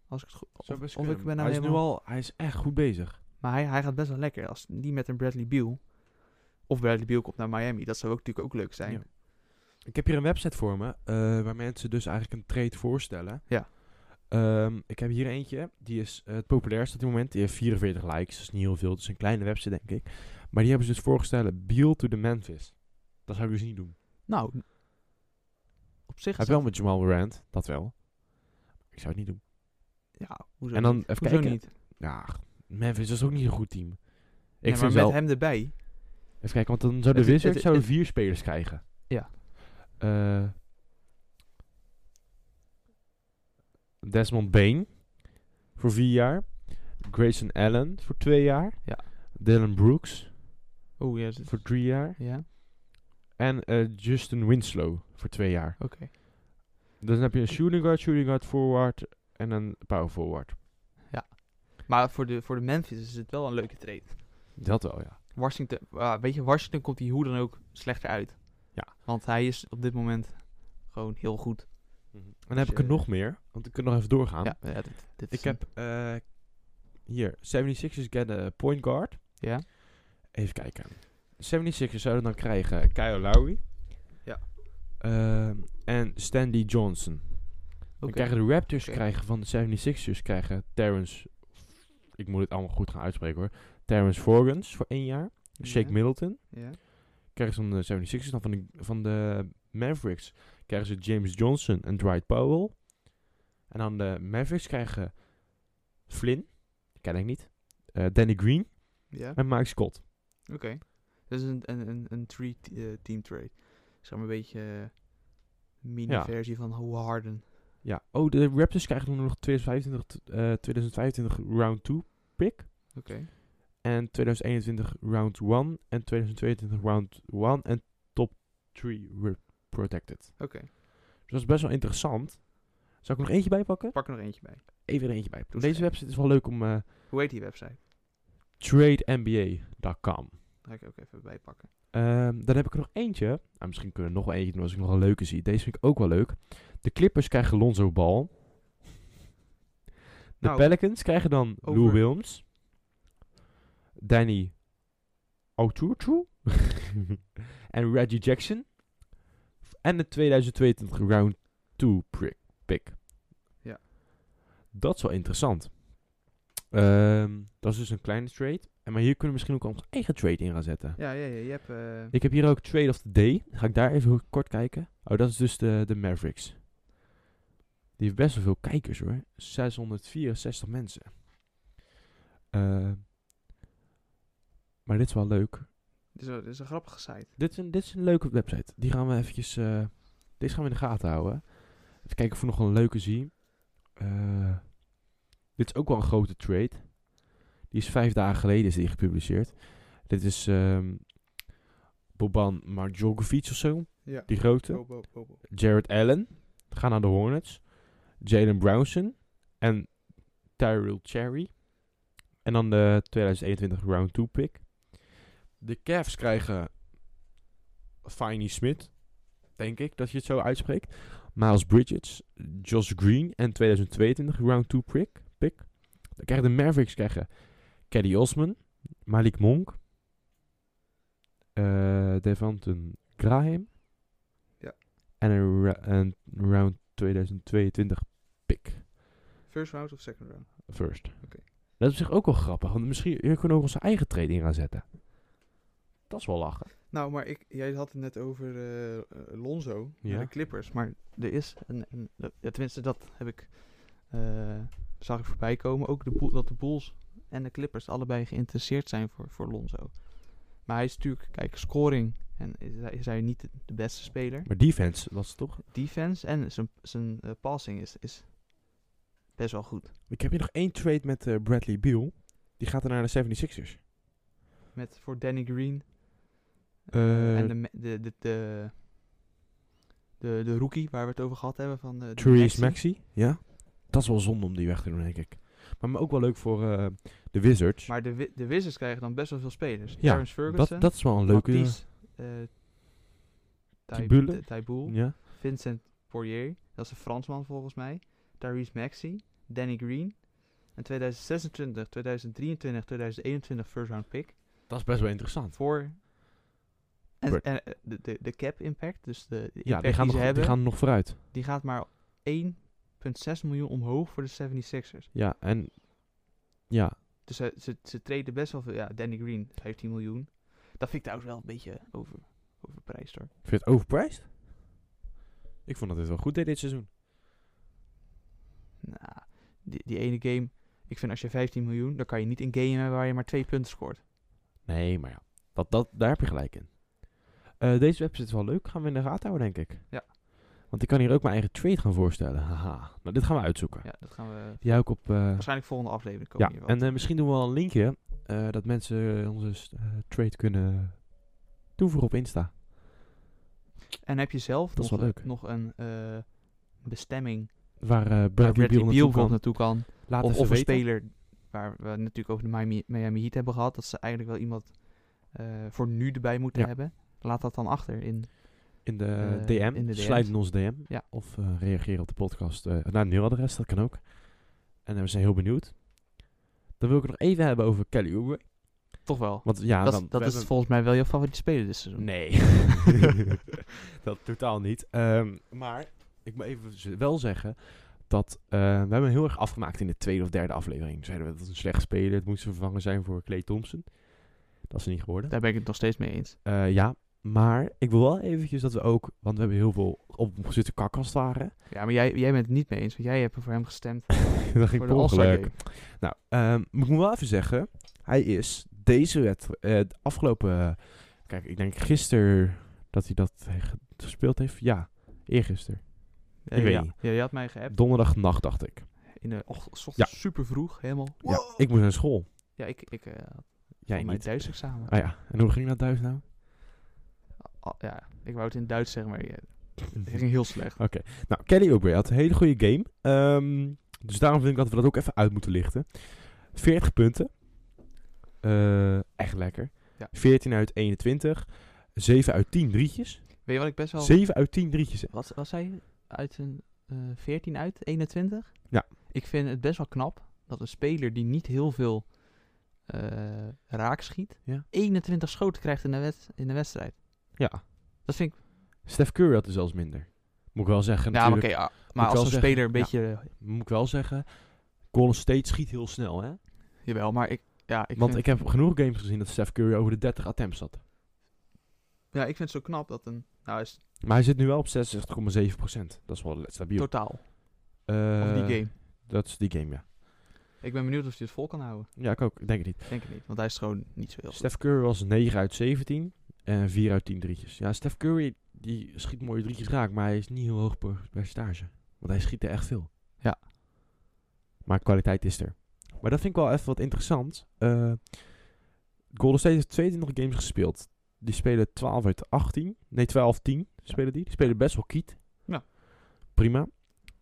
[SPEAKER 3] Als ik het goed... Of, of ik ben nou
[SPEAKER 2] hij is nu
[SPEAKER 3] helemaal...
[SPEAKER 2] al, hij is echt goed bezig.
[SPEAKER 3] Maar hij, hij gaat best wel lekker. Als die met een Bradley Beal... Of Bradley Beal komt naar Miami. Dat zou ook natuurlijk ook leuk zijn.
[SPEAKER 2] Ja. Ik heb hier een website voor me, eh, waar mensen dus eigenlijk een trade voorstellen.
[SPEAKER 3] Ja.
[SPEAKER 2] Ehm, ik heb hier eentje, die is eh, het populairste op dit moment. Die heeft 44 likes, dat is niet heel veel. Het is een kleine website, denk ik. Maar die hebben ze dus voorgesteld, Beal to the Memphis. Dat zou ik dus niet doen.
[SPEAKER 3] Nou, op zich.
[SPEAKER 2] Hij
[SPEAKER 3] is
[SPEAKER 2] wel
[SPEAKER 3] dat-
[SPEAKER 2] met Jamal Morant, dat wel. Ik zou het niet doen.
[SPEAKER 3] Ja, hoezo
[SPEAKER 2] en dan
[SPEAKER 3] niet?
[SPEAKER 2] even
[SPEAKER 3] Hoezo
[SPEAKER 2] kijken.
[SPEAKER 3] niet?
[SPEAKER 2] Ja, Memphis is ook niet een goed team. Ik
[SPEAKER 3] Ja, maar
[SPEAKER 2] vind
[SPEAKER 3] met
[SPEAKER 2] wel...
[SPEAKER 3] hem erbij.
[SPEAKER 2] Even kijken, want dan zou de
[SPEAKER 3] Het- het-
[SPEAKER 2] Wizards
[SPEAKER 3] het-
[SPEAKER 2] zouden
[SPEAKER 3] het-
[SPEAKER 2] vier spelers krijgen.
[SPEAKER 3] Ja.
[SPEAKER 2] Eh, Desmond Bain voor vier jaar. Grayson Allen voor twee jaar.
[SPEAKER 3] Ja. Dus-
[SPEAKER 2] Dylan Brooks
[SPEAKER 3] Oeh, ja. dat-
[SPEAKER 2] voor drie jaar.
[SPEAKER 3] Ja,
[SPEAKER 2] En eh, Justin Winslow voor twee jaar.
[SPEAKER 3] oké.
[SPEAKER 2] Dus dan heb je een shooting guard, shooting guard, forward en een power forward.
[SPEAKER 3] Maar voor de, voor de Memphis is het wel een leuke trade.
[SPEAKER 2] Dat wel, ja.
[SPEAKER 3] Washington, ah, weet je, Washington komt hij hoe dan ook slechter uit.
[SPEAKER 2] Ja.
[SPEAKER 3] Want hij is op dit moment gewoon heel goed.
[SPEAKER 2] En dan heb ik er
[SPEAKER 3] eh,
[SPEAKER 2] nog meer, want ik kan nog even doorgaan.
[SPEAKER 3] Ja, ja, dit, dit
[SPEAKER 2] Ik
[SPEAKER 3] is een-
[SPEAKER 2] heb eh, hier 76ers get a point guard.
[SPEAKER 3] Ja,
[SPEAKER 2] Even kijken. 76 zouden dan krijgen Kyle Lowry.
[SPEAKER 3] Ja.
[SPEAKER 2] Ehm, en Stanley Johnson. Dan
[SPEAKER 3] oké.
[SPEAKER 2] krijgen de Raptors
[SPEAKER 3] Oké.
[SPEAKER 2] krijgen van de 76ers krijgen Terrence... Ik moet het allemaal goed gaan uitspreken hoor. Terrence Forgans voor één jaar. Shake
[SPEAKER 3] Ja,
[SPEAKER 2] Middleton.
[SPEAKER 3] Ja. Oké.
[SPEAKER 2] Krijgen ze van de 76ers. Dan van de, van de Mavericks krijgen ze James Johnson en Dwight Powell. En dan de Mavericks krijgen Flynn. Ken ik niet. Eh, Danny Green
[SPEAKER 3] Ja,
[SPEAKER 2] en Mike Scott.
[SPEAKER 3] oké. Dat is een, een, een, een three-team trade. Zeg maar een beetje eh, mini-versie van hoe Harden.
[SPEAKER 2] Ja, oh, de Raptors krijgen dan nog 2025, eh, 2025 round 2 pick.
[SPEAKER 3] Oké.
[SPEAKER 2] En 2021 round 1. En 2022 round 1. En top 3 protected.
[SPEAKER 3] Oké,
[SPEAKER 2] Dus dat is best wel interessant. Zal ik er nog eentje bij pakken?
[SPEAKER 3] pak er nog eentje bij.
[SPEAKER 2] Even er eentje bij.
[SPEAKER 3] Doe
[SPEAKER 2] Deze
[SPEAKER 3] scherp.
[SPEAKER 2] website is wel leuk om eh
[SPEAKER 3] Hoe heet die website?
[SPEAKER 2] tradenba.com.
[SPEAKER 3] Daar ga ik ook even bij pakken.
[SPEAKER 2] Ehm, dan heb ik er nog eentje. Ah, misschien kunnen we er nog wel eentje doen als ik nog een leuke zie. Deze vind ik ook wel leuk. De Clippers krijgen Lonzo Ball. De
[SPEAKER 3] Nou,
[SPEAKER 2] Pelicans krijgen dan Lou
[SPEAKER 3] over.
[SPEAKER 2] Wilms. Danny Otutu. en Reggie Jackson. En de 2022 round 2 prick- pick.
[SPEAKER 3] Ja.
[SPEAKER 2] Dat is wel interessant. Ehm, dat is dus een kleine trade. En maar hier kunnen we misschien ook onze eigen trade in gaan zetten.
[SPEAKER 3] Ja, ja, ja, je hebt... eh,
[SPEAKER 2] Ik heb hier ook Trade of the Day. Ga ik daar even heel kort kijken. Oh, dat is dus de, de Mavericks. Die heeft best wel veel kijkers hoor. 664 mensen. Eh, maar dit is wel leuk.
[SPEAKER 3] dit, is, wel- dit is een grappige site.
[SPEAKER 2] Dit is een, dit is een leuke website. Die gaan we eventjes... eh deze gaan we in de gaten houden. Even kijken of we nog een leuke zien. Eh, Dit is ook wel een grote trade. Die is vijf dagen geleden is die gepubliceerd. Dit is ehm Boban Marjogovic of zo.
[SPEAKER 3] Ja.
[SPEAKER 2] Die grote. Jared Allen. Ga naar de Hornets. Jalen Brownson. En Tyrell Cherry. En dan de 2021 round 2 pick. De Cavs krijgen Finey Smith. Denk ik dat je het zo uitspreekt. Miles Bridges. Josh Green. En 2022 round 2 pick. pick. Dan krijgen de Mavericks krijgen Caddy Osman. Malik Monk. eh Devonten Graham. En een, ra- een round 2022 pick
[SPEAKER 3] First round of second round?
[SPEAKER 2] first.
[SPEAKER 3] Oké.
[SPEAKER 2] Dat is op zich ook wel grappig. Want misschien kunnen we ook onze eigen trade in gaan zetten. Dat is wel lachen.
[SPEAKER 3] Nou, maar ik, jij had het net over eh, eh, Lonzo en
[SPEAKER 2] Ja.
[SPEAKER 3] de Clippers. Maar er is, een, een, ja, tenminste dat heb ik, eh, zag ik voorbij komen. Ook de, Bull- dat de Bulls en de Clippers allebei geïnteresseerd zijn voor, voor Lonzo. Maar hij is natuurlijk, kijk, scoring en is, hij- is hij niet de- de beste speler.
[SPEAKER 2] Maar defense was het toch?
[SPEAKER 3] Defense en zijn, zijn eh, passing is, is best wel goed.
[SPEAKER 2] Ik heb hier nog één trade met eh, Bradley Beal. Die gaat er naar de 76ers.
[SPEAKER 3] Met voor Danny Green
[SPEAKER 2] Eh,
[SPEAKER 3] en de, me- de, de, de, de, de rookie waar we het over gehad hebben van de, de
[SPEAKER 2] Therese
[SPEAKER 3] Maxey.
[SPEAKER 2] Maxi. Ja. Dat is wel zonde om die weg te doen, denk ik. Maar, maar ook wel leuk voor eh, de Wizards.
[SPEAKER 3] Maar de, Wi- de Wizards krijgen dan best wel veel spelers.
[SPEAKER 2] Ja,
[SPEAKER 3] Terrence
[SPEAKER 2] dat,
[SPEAKER 3] Ferguson,
[SPEAKER 2] dat is wel een leuke...
[SPEAKER 3] Matisse, eh, Ty-
[SPEAKER 2] Tibule.
[SPEAKER 3] T- Tiboul,
[SPEAKER 2] Ja.
[SPEAKER 3] Vincent Poirier, dat is een Fransman volgens mij, Tyrese Maxey, Danny Green. En 2026, 2023, 2021 first round pick
[SPEAKER 2] Dat is best wel interessant.
[SPEAKER 3] voor... En,
[SPEAKER 2] Bert.
[SPEAKER 3] en eh, de, de, de cap impact, dus de, de
[SPEAKER 2] Ja,
[SPEAKER 3] impact
[SPEAKER 2] die gaan,
[SPEAKER 3] die ze
[SPEAKER 2] nog,
[SPEAKER 3] hebben,
[SPEAKER 2] die gaan nog vooruit.
[SPEAKER 3] die gaat maar 1,6 miljoen omhoog voor de 76ers.
[SPEAKER 2] Ja, en ja,
[SPEAKER 3] Dus ze, ze, ze treden best wel veel. Ja, Danny Green, 15 miljoen. Dat vind ik trouwens wel een beetje over, overprijsd hoor.
[SPEAKER 2] vind je het overpriced? Ik vond dat dit wel goed deed dit seizoen.
[SPEAKER 3] Nou, die, die ene game. Ik vind als je 15 miljoen, dan kan je niet een game hebben waar je maar twee punten scoort.
[SPEAKER 2] Nee, maar ja, dat, dat, daar heb je gelijk in. Eh, deze website is wel leuk, gaan we in de gaten houden, denk ik.
[SPEAKER 3] Ja.
[SPEAKER 2] Want ik kan hier ook mijn eigen trade gaan voorstellen. Haha. Nou, dit gaan we uitzoeken.
[SPEAKER 3] Ja, dat gaan we
[SPEAKER 2] Die hou ik op. eh,
[SPEAKER 3] waarschijnlijk volgende aflevering komen.
[SPEAKER 2] ja,
[SPEAKER 3] hier wel.
[SPEAKER 2] en eh, misschien doen we wel een linkje eh, dat mensen onze s- eh, trade kunnen toevoegen op Insta.
[SPEAKER 3] en heb je zelf
[SPEAKER 2] Dat is
[SPEAKER 3] nog,
[SPEAKER 2] wel leuk.
[SPEAKER 3] nog een eh, bestemming
[SPEAKER 2] Waar eh
[SPEAKER 3] waar
[SPEAKER 2] Bradley
[SPEAKER 3] Bradley
[SPEAKER 2] Beal
[SPEAKER 3] Beal
[SPEAKER 2] naartoe
[SPEAKER 3] bijvoorbeeld
[SPEAKER 2] kan.
[SPEAKER 3] naartoe kan?
[SPEAKER 2] Laat
[SPEAKER 3] Of,
[SPEAKER 2] even
[SPEAKER 3] of een
[SPEAKER 2] weten.
[SPEAKER 3] speler waar we natuurlijk over de Miami, Miami Heat hebben gehad. Dat ze eigenlijk wel iemand eh, voor nu erbij moeten
[SPEAKER 2] Ja.
[SPEAKER 3] hebben. Laat dat dan achter in
[SPEAKER 2] In de
[SPEAKER 3] Eh,
[SPEAKER 2] DM.
[SPEAKER 3] in de
[SPEAKER 2] Sluit
[SPEAKER 3] DM's.
[SPEAKER 2] in ons DM.
[SPEAKER 3] Ja.
[SPEAKER 2] Of eh, reageer op de podcast eh, naar een mailadres. Dat kan ook. En eh, we zijn heel benieuwd. Dan wil ik het nog even hebben over Kelly Oubre.
[SPEAKER 3] Toch wel.
[SPEAKER 2] Want ja,
[SPEAKER 3] dat
[SPEAKER 2] dan,
[SPEAKER 3] dat
[SPEAKER 2] we
[SPEAKER 3] is
[SPEAKER 2] hebben-
[SPEAKER 3] volgens mij wel jouw favoriete speler dit seizoen.
[SPEAKER 2] Nee. dat totaal niet. Ehm, maar ik moet even z- wel zeggen dat eh, we hebben heel erg afgemaakt in de tweede of derde aflevering. Zeiden we dat het een slecht speler. Het moest vervangen zijn voor Clay Thompson. Dat is niet geworden.
[SPEAKER 3] Daar ben ik het nog steeds mee eens.
[SPEAKER 2] Eh, ja, maar ik wil wel eventjes dat we ook... Want we hebben heel veel op hem gezitten kakkast waren.
[SPEAKER 3] Ja, maar jij, jij bent het niet mee eens, want jij hebt voor hem gestemd
[SPEAKER 2] dat ging
[SPEAKER 3] voor de
[SPEAKER 2] per
[SPEAKER 3] All-Star
[SPEAKER 2] ongeluk.
[SPEAKER 3] Game.
[SPEAKER 2] Nou, ehm, ik moet wel even zeggen, hij is deze wedstrijd, eh, de afgelopen, eh, kijk, ik denk gisteren dat hij dat he- ge- gespeeld heeft. Ja, eergisteren.
[SPEAKER 3] Eh,
[SPEAKER 2] Ik weet
[SPEAKER 3] ja.
[SPEAKER 2] niet.
[SPEAKER 3] Ja, je had mij geappt
[SPEAKER 2] Donderdagnacht dacht ik.
[SPEAKER 3] in de ochtend,
[SPEAKER 2] Ja.
[SPEAKER 3] super vroeg, helemaal.
[SPEAKER 2] Ja, ik moest naar school.
[SPEAKER 3] Ja, ik, ik eh, had
[SPEAKER 2] Jij
[SPEAKER 3] mijn
[SPEAKER 2] niet.
[SPEAKER 3] Duits examen.
[SPEAKER 2] Ah ja, en hoe ging dat thuis nou?
[SPEAKER 3] Ah, ja, ik wou het in Duits zeggen, maar eh, het ging heel slecht.
[SPEAKER 2] Oké. Nou, Kelly Oubre had een hele goede game. Ehm, dus daarom vind ik dat we dat ook even uit moeten lichten. 40 punten. Eh, echt lekker.
[SPEAKER 3] Ja.
[SPEAKER 2] 14 uit 21. 7 uit 10 drietjes.
[SPEAKER 3] Weet je wat ik best wel...
[SPEAKER 2] 7 uit 10 drietjes. hè?
[SPEAKER 3] Wat, wat zei je? Uit een eh, 14 uit, 21?
[SPEAKER 2] Ja.
[SPEAKER 3] Ik vind het best wel knap dat een speler die niet heel veel eh, raak schiet,
[SPEAKER 2] Ja.
[SPEAKER 3] 21 schoten krijgt in de, wet, in de wedstrijd.
[SPEAKER 2] Ja.
[SPEAKER 3] Dat vind ik...
[SPEAKER 2] Steph Curry had er zelfs minder. Moet ik wel zeggen.
[SPEAKER 3] Ja, maar
[SPEAKER 2] natuurlijk.
[SPEAKER 3] oké, ah, maar
[SPEAKER 2] ik
[SPEAKER 3] als
[SPEAKER 2] wel
[SPEAKER 3] een
[SPEAKER 2] zeggen,
[SPEAKER 3] speler een
[SPEAKER 2] ja.
[SPEAKER 3] beetje... eh,
[SPEAKER 2] Moet ik wel zeggen. Golden State schiet heel snel, hè?
[SPEAKER 3] Jawel, maar ik... Ja, ik
[SPEAKER 2] Want ik
[SPEAKER 3] vind-
[SPEAKER 2] heb genoeg games gezien dat Steph Curry over de 30 attempts zat.
[SPEAKER 3] Ja, ik vind het zo knap dat een... Nou, is
[SPEAKER 2] Maar hij zit nu wel op 66,7 Dat is wel stabiel.
[SPEAKER 3] totaal.
[SPEAKER 2] Eh,
[SPEAKER 3] of die game.
[SPEAKER 2] Dat is die game, ja.
[SPEAKER 3] Ik ben benieuwd of hij het vol kan houden.
[SPEAKER 2] Ja, ik ook. Ik denk het niet.
[SPEAKER 3] Ik Denk ik niet, want hij is gewoon niet zo heel goed.
[SPEAKER 2] Steph Curry was 9 uit 17 en 4 uit 10 drietjes. Ja, Steph Curry die schiet mooie drietjes raak, maar hij is niet heel hoog per percentage. Want hij schiet er echt veel.
[SPEAKER 3] Ja.
[SPEAKER 2] Maar kwaliteit is er. Maar dat vind ik wel even wat interessant. Eh, Golden State heeft 22 games gespeeld. Die spelen 12 uit 18. Nee, 12 10 spelen die. Die spelen best wel kiet.
[SPEAKER 3] Ja.
[SPEAKER 2] Prima.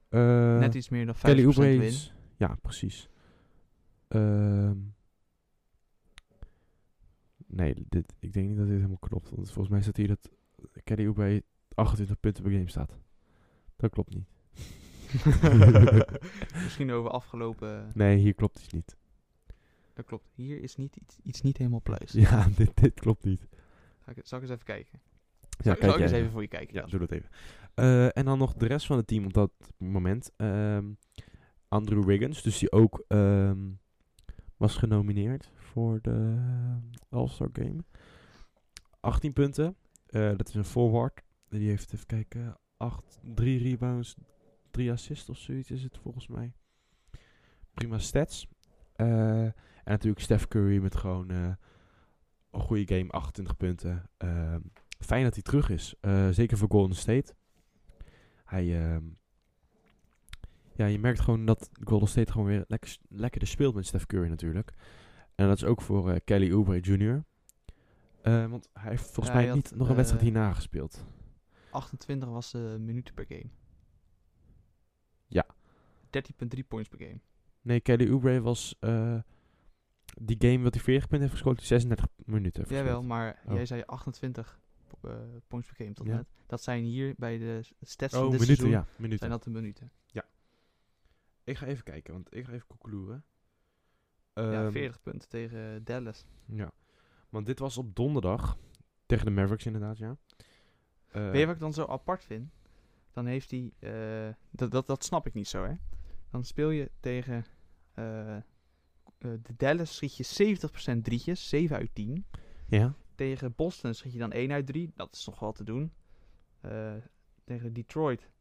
[SPEAKER 2] Eh,
[SPEAKER 3] Net iets meer dan 50%
[SPEAKER 2] Kelly Oubre
[SPEAKER 3] win.
[SPEAKER 2] is- Ja, precies. Ehm, nee, dit, ik denk niet dat dit helemaal klopt. Want volgens mij staat hier dat Kelly Oubre 28 punten per game staat. Dat klopt niet.
[SPEAKER 3] Misschien over afgelopen...
[SPEAKER 2] Nee, hier klopt iets niet.
[SPEAKER 3] Dat klopt. Hier is niet iets, iets niet helemaal pluis.
[SPEAKER 2] Ja, dit, dit klopt niet.
[SPEAKER 3] Zal, ik, zal ik eens even kijken?
[SPEAKER 2] Ja,
[SPEAKER 3] zal, zal ik eens
[SPEAKER 2] jij.
[SPEAKER 3] even voor je kijken?
[SPEAKER 2] Ja,
[SPEAKER 3] Jas?
[SPEAKER 2] doe dat even. Eh, en dan nog de rest van het team op dat moment. Ehm, Andrew Wiggins, dus die ook ehm, was genomineerd voor de All-Star Game. 18 punten. Eh, dat is een forward. Die heeft, even kijken, 8, 3 rebounds, 3 assists of zoiets is het volgens mij. Prima stats. Eh, en natuurlijk Steph Curry met gewoon eh, een goede game, 28 punten. Ehm, fijn dat hij terug is. Eh, zeker voor Golden State. Hij, ehm, ja, je merkt gewoon dat Golden State gewoon weer lekker, s- lekkerder speelt met Steph Curry natuurlijk. En dat is ook voor eh, Kelly Oubre Jr. Eh, want hij heeft volgens
[SPEAKER 3] Ja,
[SPEAKER 2] mij
[SPEAKER 3] hij had,
[SPEAKER 2] niet nog een wedstrijd
[SPEAKER 3] eh,
[SPEAKER 2] hierna gespeeld.
[SPEAKER 3] 28 was de minuten per game.
[SPEAKER 2] Ja.
[SPEAKER 3] 13,3 points per game.
[SPEAKER 2] Nee, Kelly Oubre was eh, die game wat hij 40 punten heeft gescoord, die 36 minuten heeft
[SPEAKER 3] Jawel,
[SPEAKER 2] gescoord.
[SPEAKER 3] maar
[SPEAKER 2] Oh.
[SPEAKER 3] jij zei 28 po- eh, points per game tot
[SPEAKER 2] Ja.
[SPEAKER 3] net. Dat zijn hier bij de s- stats
[SPEAKER 2] Oh,
[SPEAKER 3] van dit
[SPEAKER 2] minuten,
[SPEAKER 3] seizoen,
[SPEAKER 2] ja, minuten.
[SPEAKER 3] zijn dat de minuten.
[SPEAKER 2] Ik ga even kijken, want ik ga even concluren.
[SPEAKER 3] ja,
[SPEAKER 2] Ehm,
[SPEAKER 3] 40 punten tegen Dallas.
[SPEAKER 2] Ja, want dit was op donderdag. Tegen de Mavericks inderdaad, ja. Eh,
[SPEAKER 3] Weet je wat ik dan zo apart vind? Dan heeft hij... eh, dat, dat, dat snap ik niet zo, hè. Dan speel je tegen... eh, eh, de Dallas schiet je 70% drietjes, 7 uit 10.
[SPEAKER 2] Ja,
[SPEAKER 3] Tegen Boston schiet je dan 1 uit 3. Dat is nog wel te doen. Eh, tegen Detroit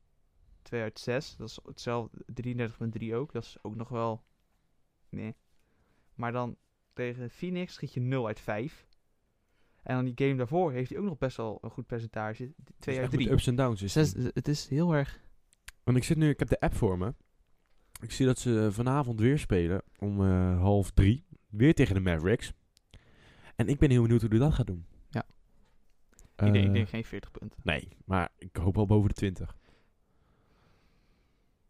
[SPEAKER 3] 2 uit 6. Dat is hetzelfde. 33,3 ook. Dat is ook nog wel. Nee. Maar dan tegen Phoenix schiet je 0 uit 5. En dan die game daarvoor heeft hij ook nog best wel een goed percentage. 2 uit
[SPEAKER 2] Dus echt met
[SPEAKER 3] 3.
[SPEAKER 2] ups en downs is het.
[SPEAKER 3] het is heel erg.
[SPEAKER 2] Want ik zit nu, ik heb de app voor me. Ik zie dat ze vanavond weer spelen om eh, half drie. Weer tegen de Mavericks. En ik ben heel benieuwd hoe hij dat gaat doen.
[SPEAKER 3] Ja.
[SPEAKER 2] Eh,
[SPEAKER 3] ik, denk, ik denk geen 40 punten.
[SPEAKER 2] Nee, maar ik hoop al boven de 20.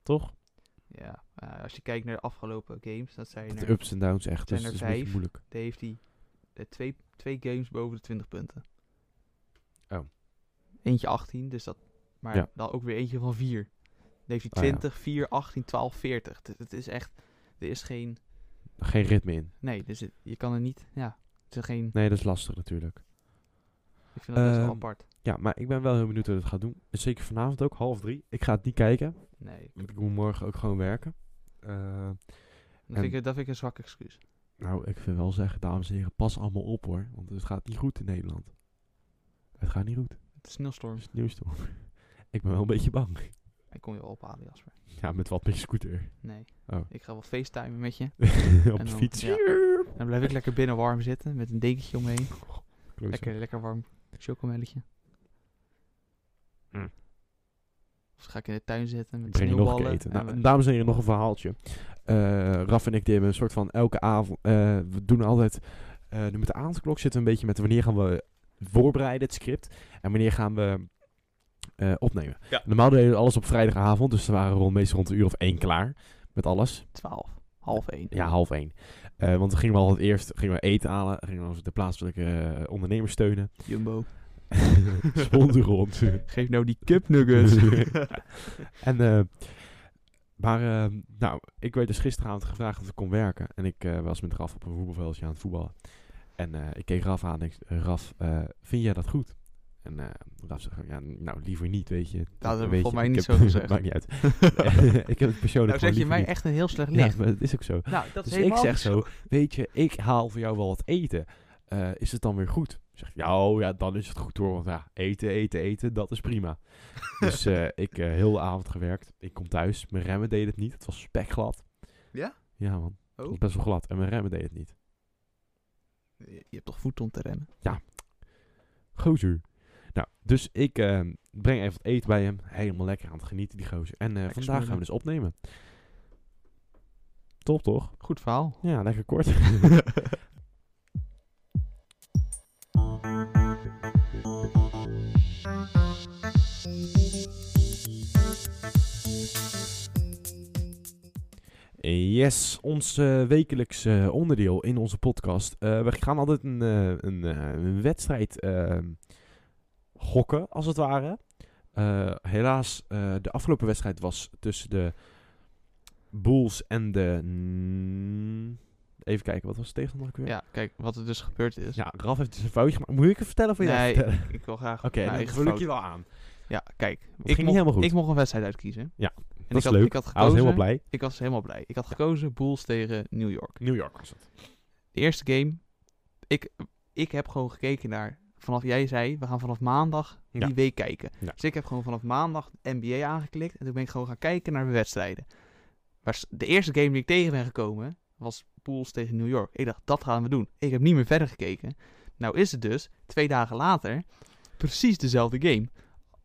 [SPEAKER 2] Toch?
[SPEAKER 3] Ja. maar als je kijkt naar de afgelopen games, dat zijn
[SPEAKER 2] De
[SPEAKER 3] er.
[SPEAKER 2] ups en downs echt.
[SPEAKER 3] zijn
[SPEAKER 2] Dus het
[SPEAKER 3] er
[SPEAKER 2] is een beetje
[SPEAKER 3] vijf.
[SPEAKER 2] moeilijk.
[SPEAKER 3] daar heeft hij eh, twee, twee games boven de 20 punten.
[SPEAKER 2] Oh.
[SPEAKER 3] Eentje 18, dus dat. Maar
[SPEAKER 2] Ja.
[SPEAKER 3] dan ook weer eentje van 4. Dan heeft
[SPEAKER 2] Ah, ja.
[SPEAKER 3] hij 20, 4, 18, 12, 40. Het, het is echt. Er is geen.
[SPEAKER 2] Geen ritme in.
[SPEAKER 3] Nee, dus het- je kan er niet. Ja. Het is geen.
[SPEAKER 2] Nee, dat is lastig natuurlijk.
[SPEAKER 3] Ik vind dat best wel
[SPEAKER 2] Ehm,
[SPEAKER 3] apart.
[SPEAKER 2] Ja, maar ik ben wel heel benieuwd hoe het gaat doen. Dus Zeker vanavond ook, half drie. Ik ga het niet kijken,
[SPEAKER 3] Nee.
[SPEAKER 2] want ik moet morgen ook gewoon werken. Eh,
[SPEAKER 3] Dat vind, ik, dat vind ik een zwak excuus.
[SPEAKER 2] nou, ik wil wel zeggen, dames en heren, pas allemaal op hoor. Want het gaat niet goed in Nederland. Het gaat niet goed.
[SPEAKER 3] Het is sneeuwstorm.
[SPEAKER 2] Het is nieuwstorm. ik ben wel een beetje bang.
[SPEAKER 3] Ik kom je wel ophalen, Jasper.
[SPEAKER 2] Ja, met wat met je scooter.
[SPEAKER 3] Nee.
[SPEAKER 2] Oh.
[SPEAKER 3] Ik ga wel facetimen met je.
[SPEAKER 2] op
[SPEAKER 3] En
[SPEAKER 2] de
[SPEAKER 3] dan-
[SPEAKER 2] fiets.
[SPEAKER 3] ja. Dan blijf ik lekker binnen warm zitten. Met een dekentje omheen.
[SPEAKER 2] Klootzak.
[SPEAKER 3] Lekker, lekker warm chocomelletje.
[SPEAKER 2] Mm.
[SPEAKER 3] Of ga ik in de tuin zitten met
[SPEAKER 2] breng je nog een keer
[SPEAKER 3] sneeuwballen eh,
[SPEAKER 2] eten.
[SPEAKER 3] en
[SPEAKER 2] Nou,
[SPEAKER 3] we-
[SPEAKER 2] dames en heren, nog een verhaaltje. Eh Raf en ik die hebben een soort van elke avond. eh, we doen altijd. eh, nu met de avondklok zitten we een beetje met wanneer gaan we voorbereiden het script. En wanneer gaan we eh, opnemen. Normaal deden we alles op vrijdagavond. Dus we waren rond, meestal rond een uur of één klaar. Met alles.
[SPEAKER 3] 12, half 1.
[SPEAKER 2] nou. Ja, half één. Eh, want dan gingen we altijd eerst gingen we eten halen. Gingen we de plaatselijke eh, ondernemers steunen.
[SPEAKER 3] Jumbo.
[SPEAKER 2] Sponsoren ons.
[SPEAKER 3] Geef nou die cupnuggets.
[SPEAKER 2] En, eh, maar, eh, nou, ik werd dus gisteravond gevraagd of ik kon werken. En ik eh, was met Raf op een voetbalveldje aan het voetballen. En eh, ik keek Raf aan en ik zei, Raf, eh, vind jij dat goed? En eh, Raf zei, gewoon, ja, nou, liever niet, weet je.
[SPEAKER 3] hebben we
[SPEAKER 2] weet
[SPEAKER 3] volgens mij
[SPEAKER 2] ik
[SPEAKER 3] niet
[SPEAKER 2] heb-
[SPEAKER 3] zo gezegd.
[SPEAKER 2] maakt niet uit. ik heb het persoonlijk gewoon
[SPEAKER 3] nou zet je
[SPEAKER 2] liever
[SPEAKER 3] mij
[SPEAKER 2] niet.
[SPEAKER 3] echt een heel slecht
[SPEAKER 2] Ja,
[SPEAKER 3] licht.
[SPEAKER 2] maar dat is ook zo.
[SPEAKER 3] nou, dat
[SPEAKER 2] Dus
[SPEAKER 3] is
[SPEAKER 2] ik
[SPEAKER 3] helemaal
[SPEAKER 2] zeg
[SPEAKER 3] niet
[SPEAKER 2] zo, weet je, ik haal voor jou wel wat eten. Eh, is het dan weer goed? Zegt, hij, ja, oh ja, dan is het goed hoor. Want ja, eten, eten, eten, dat is prima. dus eh, ik eh heel de avond gewerkt. Ik kom thuis. Mijn remmen deden het niet. Het was spekglad.
[SPEAKER 3] Ja?
[SPEAKER 2] Ja, man. Het was
[SPEAKER 3] Oh.
[SPEAKER 2] best wel glad. En mijn remmen deden het niet.
[SPEAKER 3] Je hebt toch voet om te remmen?
[SPEAKER 2] Gozer. Nou, dus ik eh, breng even wat eten bij hem. Helemaal lekker aan het genieten, die gozer. En eh, vandaag gaan
[SPEAKER 3] smullen.
[SPEAKER 2] we dus opnemen. dus Top toch?
[SPEAKER 3] Goed verhaal.
[SPEAKER 2] Ja, lekker kort. Yes, ons eh, wekelijks eh, onderdeel in onze podcast. Eh, we gaan altijd een, eh, een, eh, een wedstrijd eh, gokken, als het ware. Eh, helaas, eh, de afgelopen wedstrijd was tussen de Bulls en de... mm, even kijken, wat was de tegenstander ook weer?
[SPEAKER 3] Ja, kijk, wat er dus gebeurd is.
[SPEAKER 2] Ja, Ralf heeft dus een foutje gemaakt. Moet ik het vertellen of wil je dat
[SPEAKER 3] Nee,
[SPEAKER 2] vertellen?
[SPEAKER 3] ik wil graag
[SPEAKER 2] Oké,
[SPEAKER 3] mijn
[SPEAKER 2] dan
[SPEAKER 3] eigen
[SPEAKER 2] vul ik
[SPEAKER 3] fout.
[SPEAKER 2] je wel aan.
[SPEAKER 3] Ja, kijk.
[SPEAKER 2] ging
[SPEAKER 3] ik
[SPEAKER 2] niet
[SPEAKER 3] mocht-
[SPEAKER 2] helemaal goed.
[SPEAKER 3] Ik mocht een wedstrijd uitkiezen.
[SPEAKER 2] Ja,
[SPEAKER 3] en
[SPEAKER 2] Dat
[SPEAKER 3] ik
[SPEAKER 2] is
[SPEAKER 3] had,
[SPEAKER 2] leuk.
[SPEAKER 3] Ik had
[SPEAKER 2] Hij was
[SPEAKER 3] gekozen,
[SPEAKER 2] helemaal blij.
[SPEAKER 3] Ik was helemaal blij. Ik had gekozen Bulls tegen New York.
[SPEAKER 2] New York was het.
[SPEAKER 3] De eerste game. Ik, ik heb gewoon gekeken naar. Vanaf jij zei, we gaan vanaf maandag
[SPEAKER 2] Ja.
[SPEAKER 3] die week kijken.
[SPEAKER 2] Ja.
[SPEAKER 3] Dus ik heb gewoon vanaf maandag de NBA aangeklikt. En toen ben ik gewoon gaan kijken naar de wedstrijden. Maar s- de eerste game die ik tegen ben gekomen was Bulls tegen New York. Ik dacht, dat gaan we doen. Ik heb niet meer verder gekeken. Nou is het dus, twee dagen later, precies dezelfde game.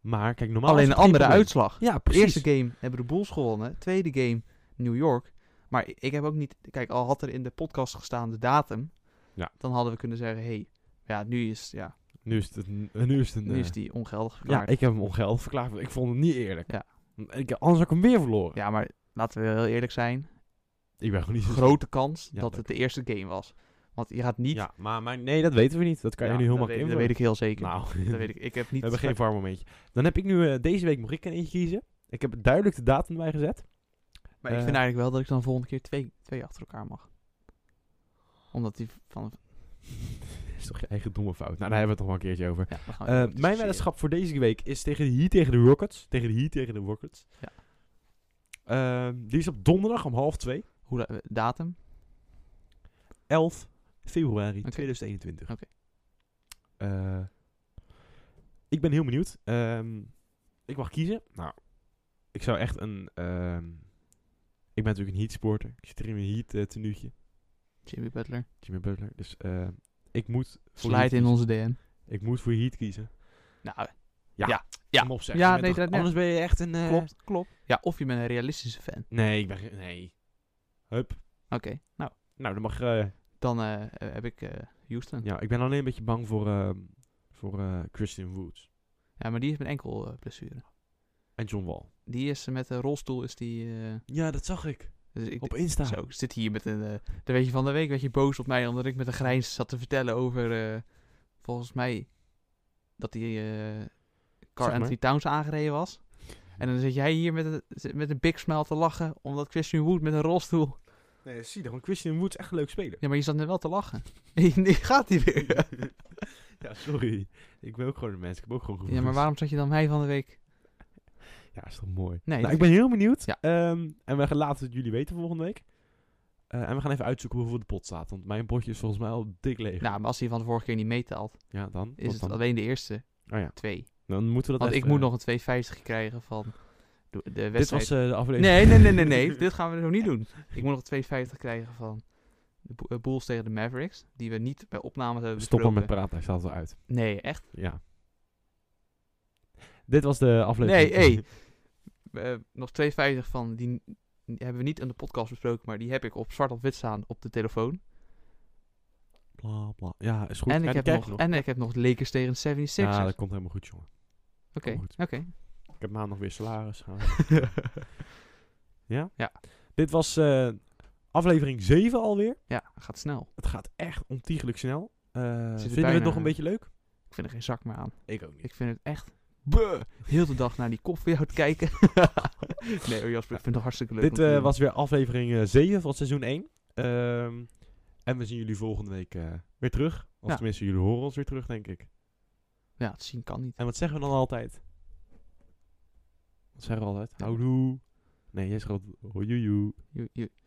[SPEAKER 2] Maar kijk, normaal
[SPEAKER 3] Alleen
[SPEAKER 2] is
[SPEAKER 3] een
[SPEAKER 2] het geen
[SPEAKER 3] andere
[SPEAKER 2] probleem.
[SPEAKER 3] uitslag.
[SPEAKER 2] Ja,
[SPEAKER 3] De
[SPEAKER 2] precies.
[SPEAKER 3] eerste game hebben de Bulls gewonnen. Tweede game New York. Maar i- ik heb ook niet... Kijk, al had er in de podcast gestaan de datum...
[SPEAKER 2] Ja.
[SPEAKER 3] dan hadden we kunnen zeggen... hey, ja, nu is, ja,
[SPEAKER 2] Nu is het een... Nu is het een
[SPEAKER 3] nu
[SPEAKER 2] eh,
[SPEAKER 3] is die ongeldig
[SPEAKER 2] ja,
[SPEAKER 3] verklaard. Ja,
[SPEAKER 2] ik heb hem ongeldig verklaard. want Ik vond het niet eerlijk.
[SPEAKER 3] Ja.
[SPEAKER 2] Ik, anders had ik hem weer verloren.
[SPEAKER 3] maar laten we heel eerlijk zijn.
[SPEAKER 2] Ik ben gewoon niet zo...
[SPEAKER 3] Grote kans
[SPEAKER 2] Ja,
[SPEAKER 3] dat het de eerste game was. Want je gaat niet...
[SPEAKER 2] Ja, maar, maar nee, dat weten we niet. Dat kan
[SPEAKER 3] Ja,
[SPEAKER 2] je nu helemaal
[SPEAKER 3] dat weet, dat
[SPEAKER 2] invullen.
[SPEAKER 3] weet ik heel zeker.
[SPEAKER 2] Nou,
[SPEAKER 3] Dat weet ik. Ik heb niet...
[SPEAKER 2] we hebben geen VAR-momentje. Dan heb ik nu... eh, deze week mag ik een eentje kiezen. Ik heb duidelijk de datum bij gezet.
[SPEAKER 3] Maar ik
[SPEAKER 2] eh,
[SPEAKER 3] vind eigenlijk wel dat ik dan volgende keer twee, twee achter elkaar mag. Omdat die van...
[SPEAKER 2] Dat is toch je eigen domme fout. Nou, daar hebben we het nog wel een keertje over.
[SPEAKER 3] Oh, Ja, we gaan
[SPEAKER 2] Eh,
[SPEAKER 3] even
[SPEAKER 2] mijn
[SPEAKER 3] discussiëren.
[SPEAKER 2] weddenschap voor deze week is tegen de hier tegen de Rockets. Tegen de hier tegen de Rockets.
[SPEAKER 3] Ja.
[SPEAKER 2] Ehm, die is op donderdag om half twee.
[SPEAKER 3] Hoe, la- eh, datum?
[SPEAKER 2] 11 februari
[SPEAKER 3] Oké.
[SPEAKER 2] 2021.
[SPEAKER 3] Oké.
[SPEAKER 2] Eh, ik ben heel benieuwd. Ehm, ik mag kiezen. Nou, ik zou echt een... ehm, ik ben natuurlijk een heat-sporter. Ik zit er in mijn heat eh, tenuutje.
[SPEAKER 3] Jimmy Butler.
[SPEAKER 2] Jimmy Butler. Dus ehm, ik moet... voor Heat
[SPEAKER 3] Slijt in
[SPEAKER 2] kiezen.
[SPEAKER 3] onze DM.
[SPEAKER 2] Ik moet voor heat kiezen.
[SPEAKER 3] Nou, Ja.
[SPEAKER 2] Ja, Kom op, zeg.
[SPEAKER 3] Ja,
[SPEAKER 2] Je bent
[SPEAKER 3] nee,
[SPEAKER 2] toch-
[SPEAKER 3] dat- nee.
[SPEAKER 2] Anders ben je echt een... eh,
[SPEAKER 3] klopt, klopt. Ja, of je bent een realistische fan.
[SPEAKER 2] Nee, ik ben... geen- Nee. Hup.
[SPEAKER 3] Oké, nou,
[SPEAKER 2] Nou, dan mag. eh,
[SPEAKER 3] dan eh, eh, heb ik eh, Houston. Ja.
[SPEAKER 2] ja, ik ben alleen een beetje bang voor, ehm, voor eh, Christian Woods
[SPEAKER 3] maar die is met enkel eh, blessure.
[SPEAKER 2] en John Wall.
[SPEAKER 3] Die is eh, met een rolstoel, is die... eh,
[SPEAKER 2] Ja, dat zag ik.
[SPEAKER 3] dus ik,
[SPEAKER 2] Op Insta.
[SPEAKER 3] zo, ik zit hier met een... eh dan weet je van de week, werd je boos op mij omdat ik met een grijns zat te vertellen over... eh, volgens mij dat die eh
[SPEAKER 2] maar.
[SPEAKER 3] Car Anthony Towns aangereden was. En dan zit jij hier met een, zit met een big smile te lachen omdat Christian Wood met een rolstoel...
[SPEAKER 2] Nee, zie dan. Christian Woods echt een leuk speler.
[SPEAKER 3] Ja, maar je zat net wel te lachen. Nu gaat hij weer.
[SPEAKER 2] ja, sorry. Ik ben ook gewoon een mens. Ik heb ook gewoon
[SPEAKER 3] Ja, maar waarom zat je dan mij van de week?
[SPEAKER 2] Ja, is toch mooi.
[SPEAKER 3] Nee,
[SPEAKER 2] nou,
[SPEAKER 3] dat
[SPEAKER 2] ik ben heel benieuwd.
[SPEAKER 3] Ja.
[SPEAKER 2] Ehm, en we gaan laten het jullie weten volgende week. Eh, en we gaan even uitzoeken hoeveel de pot staat. Want mijn potje is volgens mij al dik leeg.
[SPEAKER 3] Nou, maar als hij van de vorige keer niet meetaalt,
[SPEAKER 2] ja, dan.
[SPEAKER 3] is
[SPEAKER 2] Wat
[SPEAKER 3] het
[SPEAKER 2] dan?
[SPEAKER 3] alleen de eerste
[SPEAKER 2] Oh ja.
[SPEAKER 3] twee.
[SPEAKER 2] Dan moeten we dat
[SPEAKER 3] Want ik
[SPEAKER 2] even- eh,
[SPEAKER 3] moet nog een 250 krijgen van de, de
[SPEAKER 2] Dit
[SPEAKER 3] wedstrijd.
[SPEAKER 2] was eh, de aflevering.
[SPEAKER 3] nee, nee, nee, nee, nee. Dit gaan we zo niet doen. Ik moet nog 250 krijgen van de Bo- eh, Bulls tegen de Mavericks. Die we niet bij opnames hebben
[SPEAKER 2] Stop maar met
[SPEAKER 3] besproken.
[SPEAKER 2] praten. Hij staat al uit.
[SPEAKER 3] Nee, echt.
[SPEAKER 2] Ja. Dit was de aflevering.
[SPEAKER 3] Nee, hey. Eh, nog 250 van die n- die hebben we niet in de podcast besproken, maar die heb ik op zwart op wit staan op de telefoon.
[SPEAKER 2] Bla, bla. Ja, is goed.
[SPEAKER 3] en,
[SPEAKER 2] Ja, die
[SPEAKER 3] ik heb
[SPEAKER 2] krijg
[SPEAKER 3] nog,
[SPEAKER 2] je
[SPEAKER 3] en ik heb nog Lakers tegen de 76ers.
[SPEAKER 2] Ja,
[SPEAKER 3] Oké,
[SPEAKER 2] dat komt helemaal goed, jongen.
[SPEAKER 3] oké.
[SPEAKER 2] goed. Ik heb maandag weer salaris. gaan. ja?
[SPEAKER 3] Ja.
[SPEAKER 2] Dit was eh, aflevering 7 alweer.
[SPEAKER 3] Ja, gaat snel.
[SPEAKER 2] Het gaat echt ontiegelijk snel. Eh
[SPEAKER 3] er
[SPEAKER 2] vinden we het
[SPEAKER 3] bijna-
[SPEAKER 2] nog een beetje leuk?
[SPEAKER 3] Ik vind er geen zak meer aan.
[SPEAKER 2] Ik ook niet.
[SPEAKER 3] Ik vind het echt. Buh, heel de dag naar die kop van jou te kijken. nee hoor, Jasper, ik vind het hartstikke leuk. om
[SPEAKER 2] Dit
[SPEAKER 3] te
[SPEAKER 2] eh,
[SPEAKER 3] doen.
[SPEAKER 2] was weer aflevering eh, 7 van seizoen 1. Ehm, en we zien jullie volgende week eh, weer terug. Of
[SPEAKER 3] Ja.
[SPEAKER 2] tenminste, jullie horen ons weer terug, denk ik.
[SPEAKER 3] Ja, het zien kan niet.
[SPEAKER 2] En wat zeggen we dan altijd? Wat zeggen we altijd?
[SPEAKER 3] Ja.
[SPEAKER 2] Houdoe. Nee, jij schreeuwt hojoejoe.
[SPEAKER 3] Je- je-